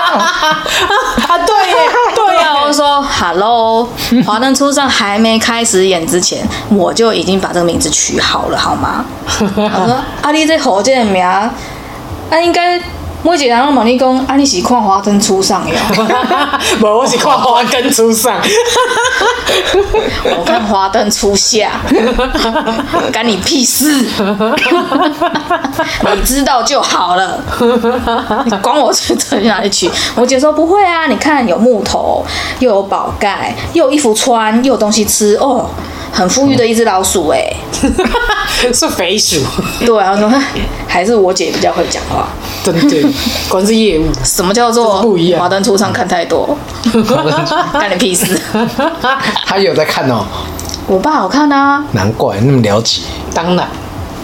Speaker 4: 啊对耶， 对
Speaker 2: 对
Speaker 4: 耶
Speaker 2: 啊，我就说 Hello，华灯初上还没开始演之前，我就已经把这个名字取好了，好吗？我说啊，你这火箭的名，啊应该每一个人拢问你讲，啊你是看华灯初上哦哟？
Speaker 4: 无我是看花根出上，
Speaker 2: 我看华灯初下， 干你屁事！你知道就好了，你管我去去哪里取？我姐说不会啊，你看有木头，又有宝盖，又有衣服穿，又有东西吃，哦，很富裕的一只老鼠哎、
Speaker 4: 是肥鼠，
Speaker 2: 对啊，我说哼还是我姐比较会讲话。
Speaker 4: 真的，果然是 业务。
Speaker 2: 什么叫做
Speaker 4: 不一样
Speaker 2: 华灯初上看太 多，干你屁事！
Speaker 7: 他有在看哦，
Speaker 2: 我爸好看啊，
Speaker 7: 难怪那么了解。
Speaker 4: 当然，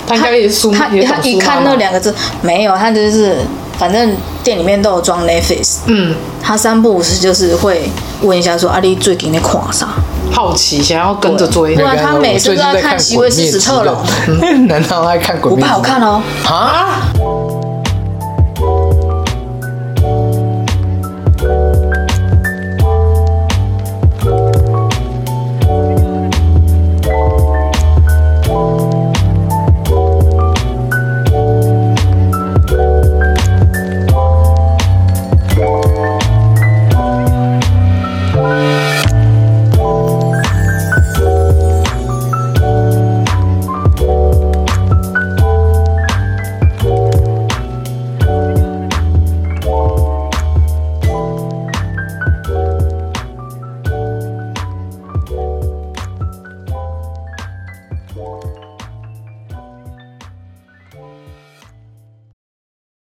Speaker 4: 他应
Speaker 2: 他
Speaker 4: 该也是苏，
Speaker 2: 他
Speaker 4: 也
Speaker 2: 他
Speaker 4: 懂
Speaker 2: 一
Speaker 4: 苏妈
Speaker 2: 看
Speaker 4: 妈
Speaker 2: 那两个字，没有，他就是反正店里面都有装 Netflix，
Speaker 4: 嗯，
Speaker 2: 他三不五时就是会问一下说阿丽、你最近在看啥，
Speaker 4: 好奇，想要跟着追
Speaker 2: 对
Speaker 7: 不
Speaker 2: 啊他每次都在看
Speaker 7: 看
Speaker 2: 席维斯史特龙
Speaker 7: 龙，难道他在看《鬼
Speaker 2: 我
Speaker 7: 灭
Speaker 2: 爸
Speaker 7: 之
Speaker 2: 好
Speaker 7: 刃
Speaker 2: 看哦，
Speaker 7: 啊？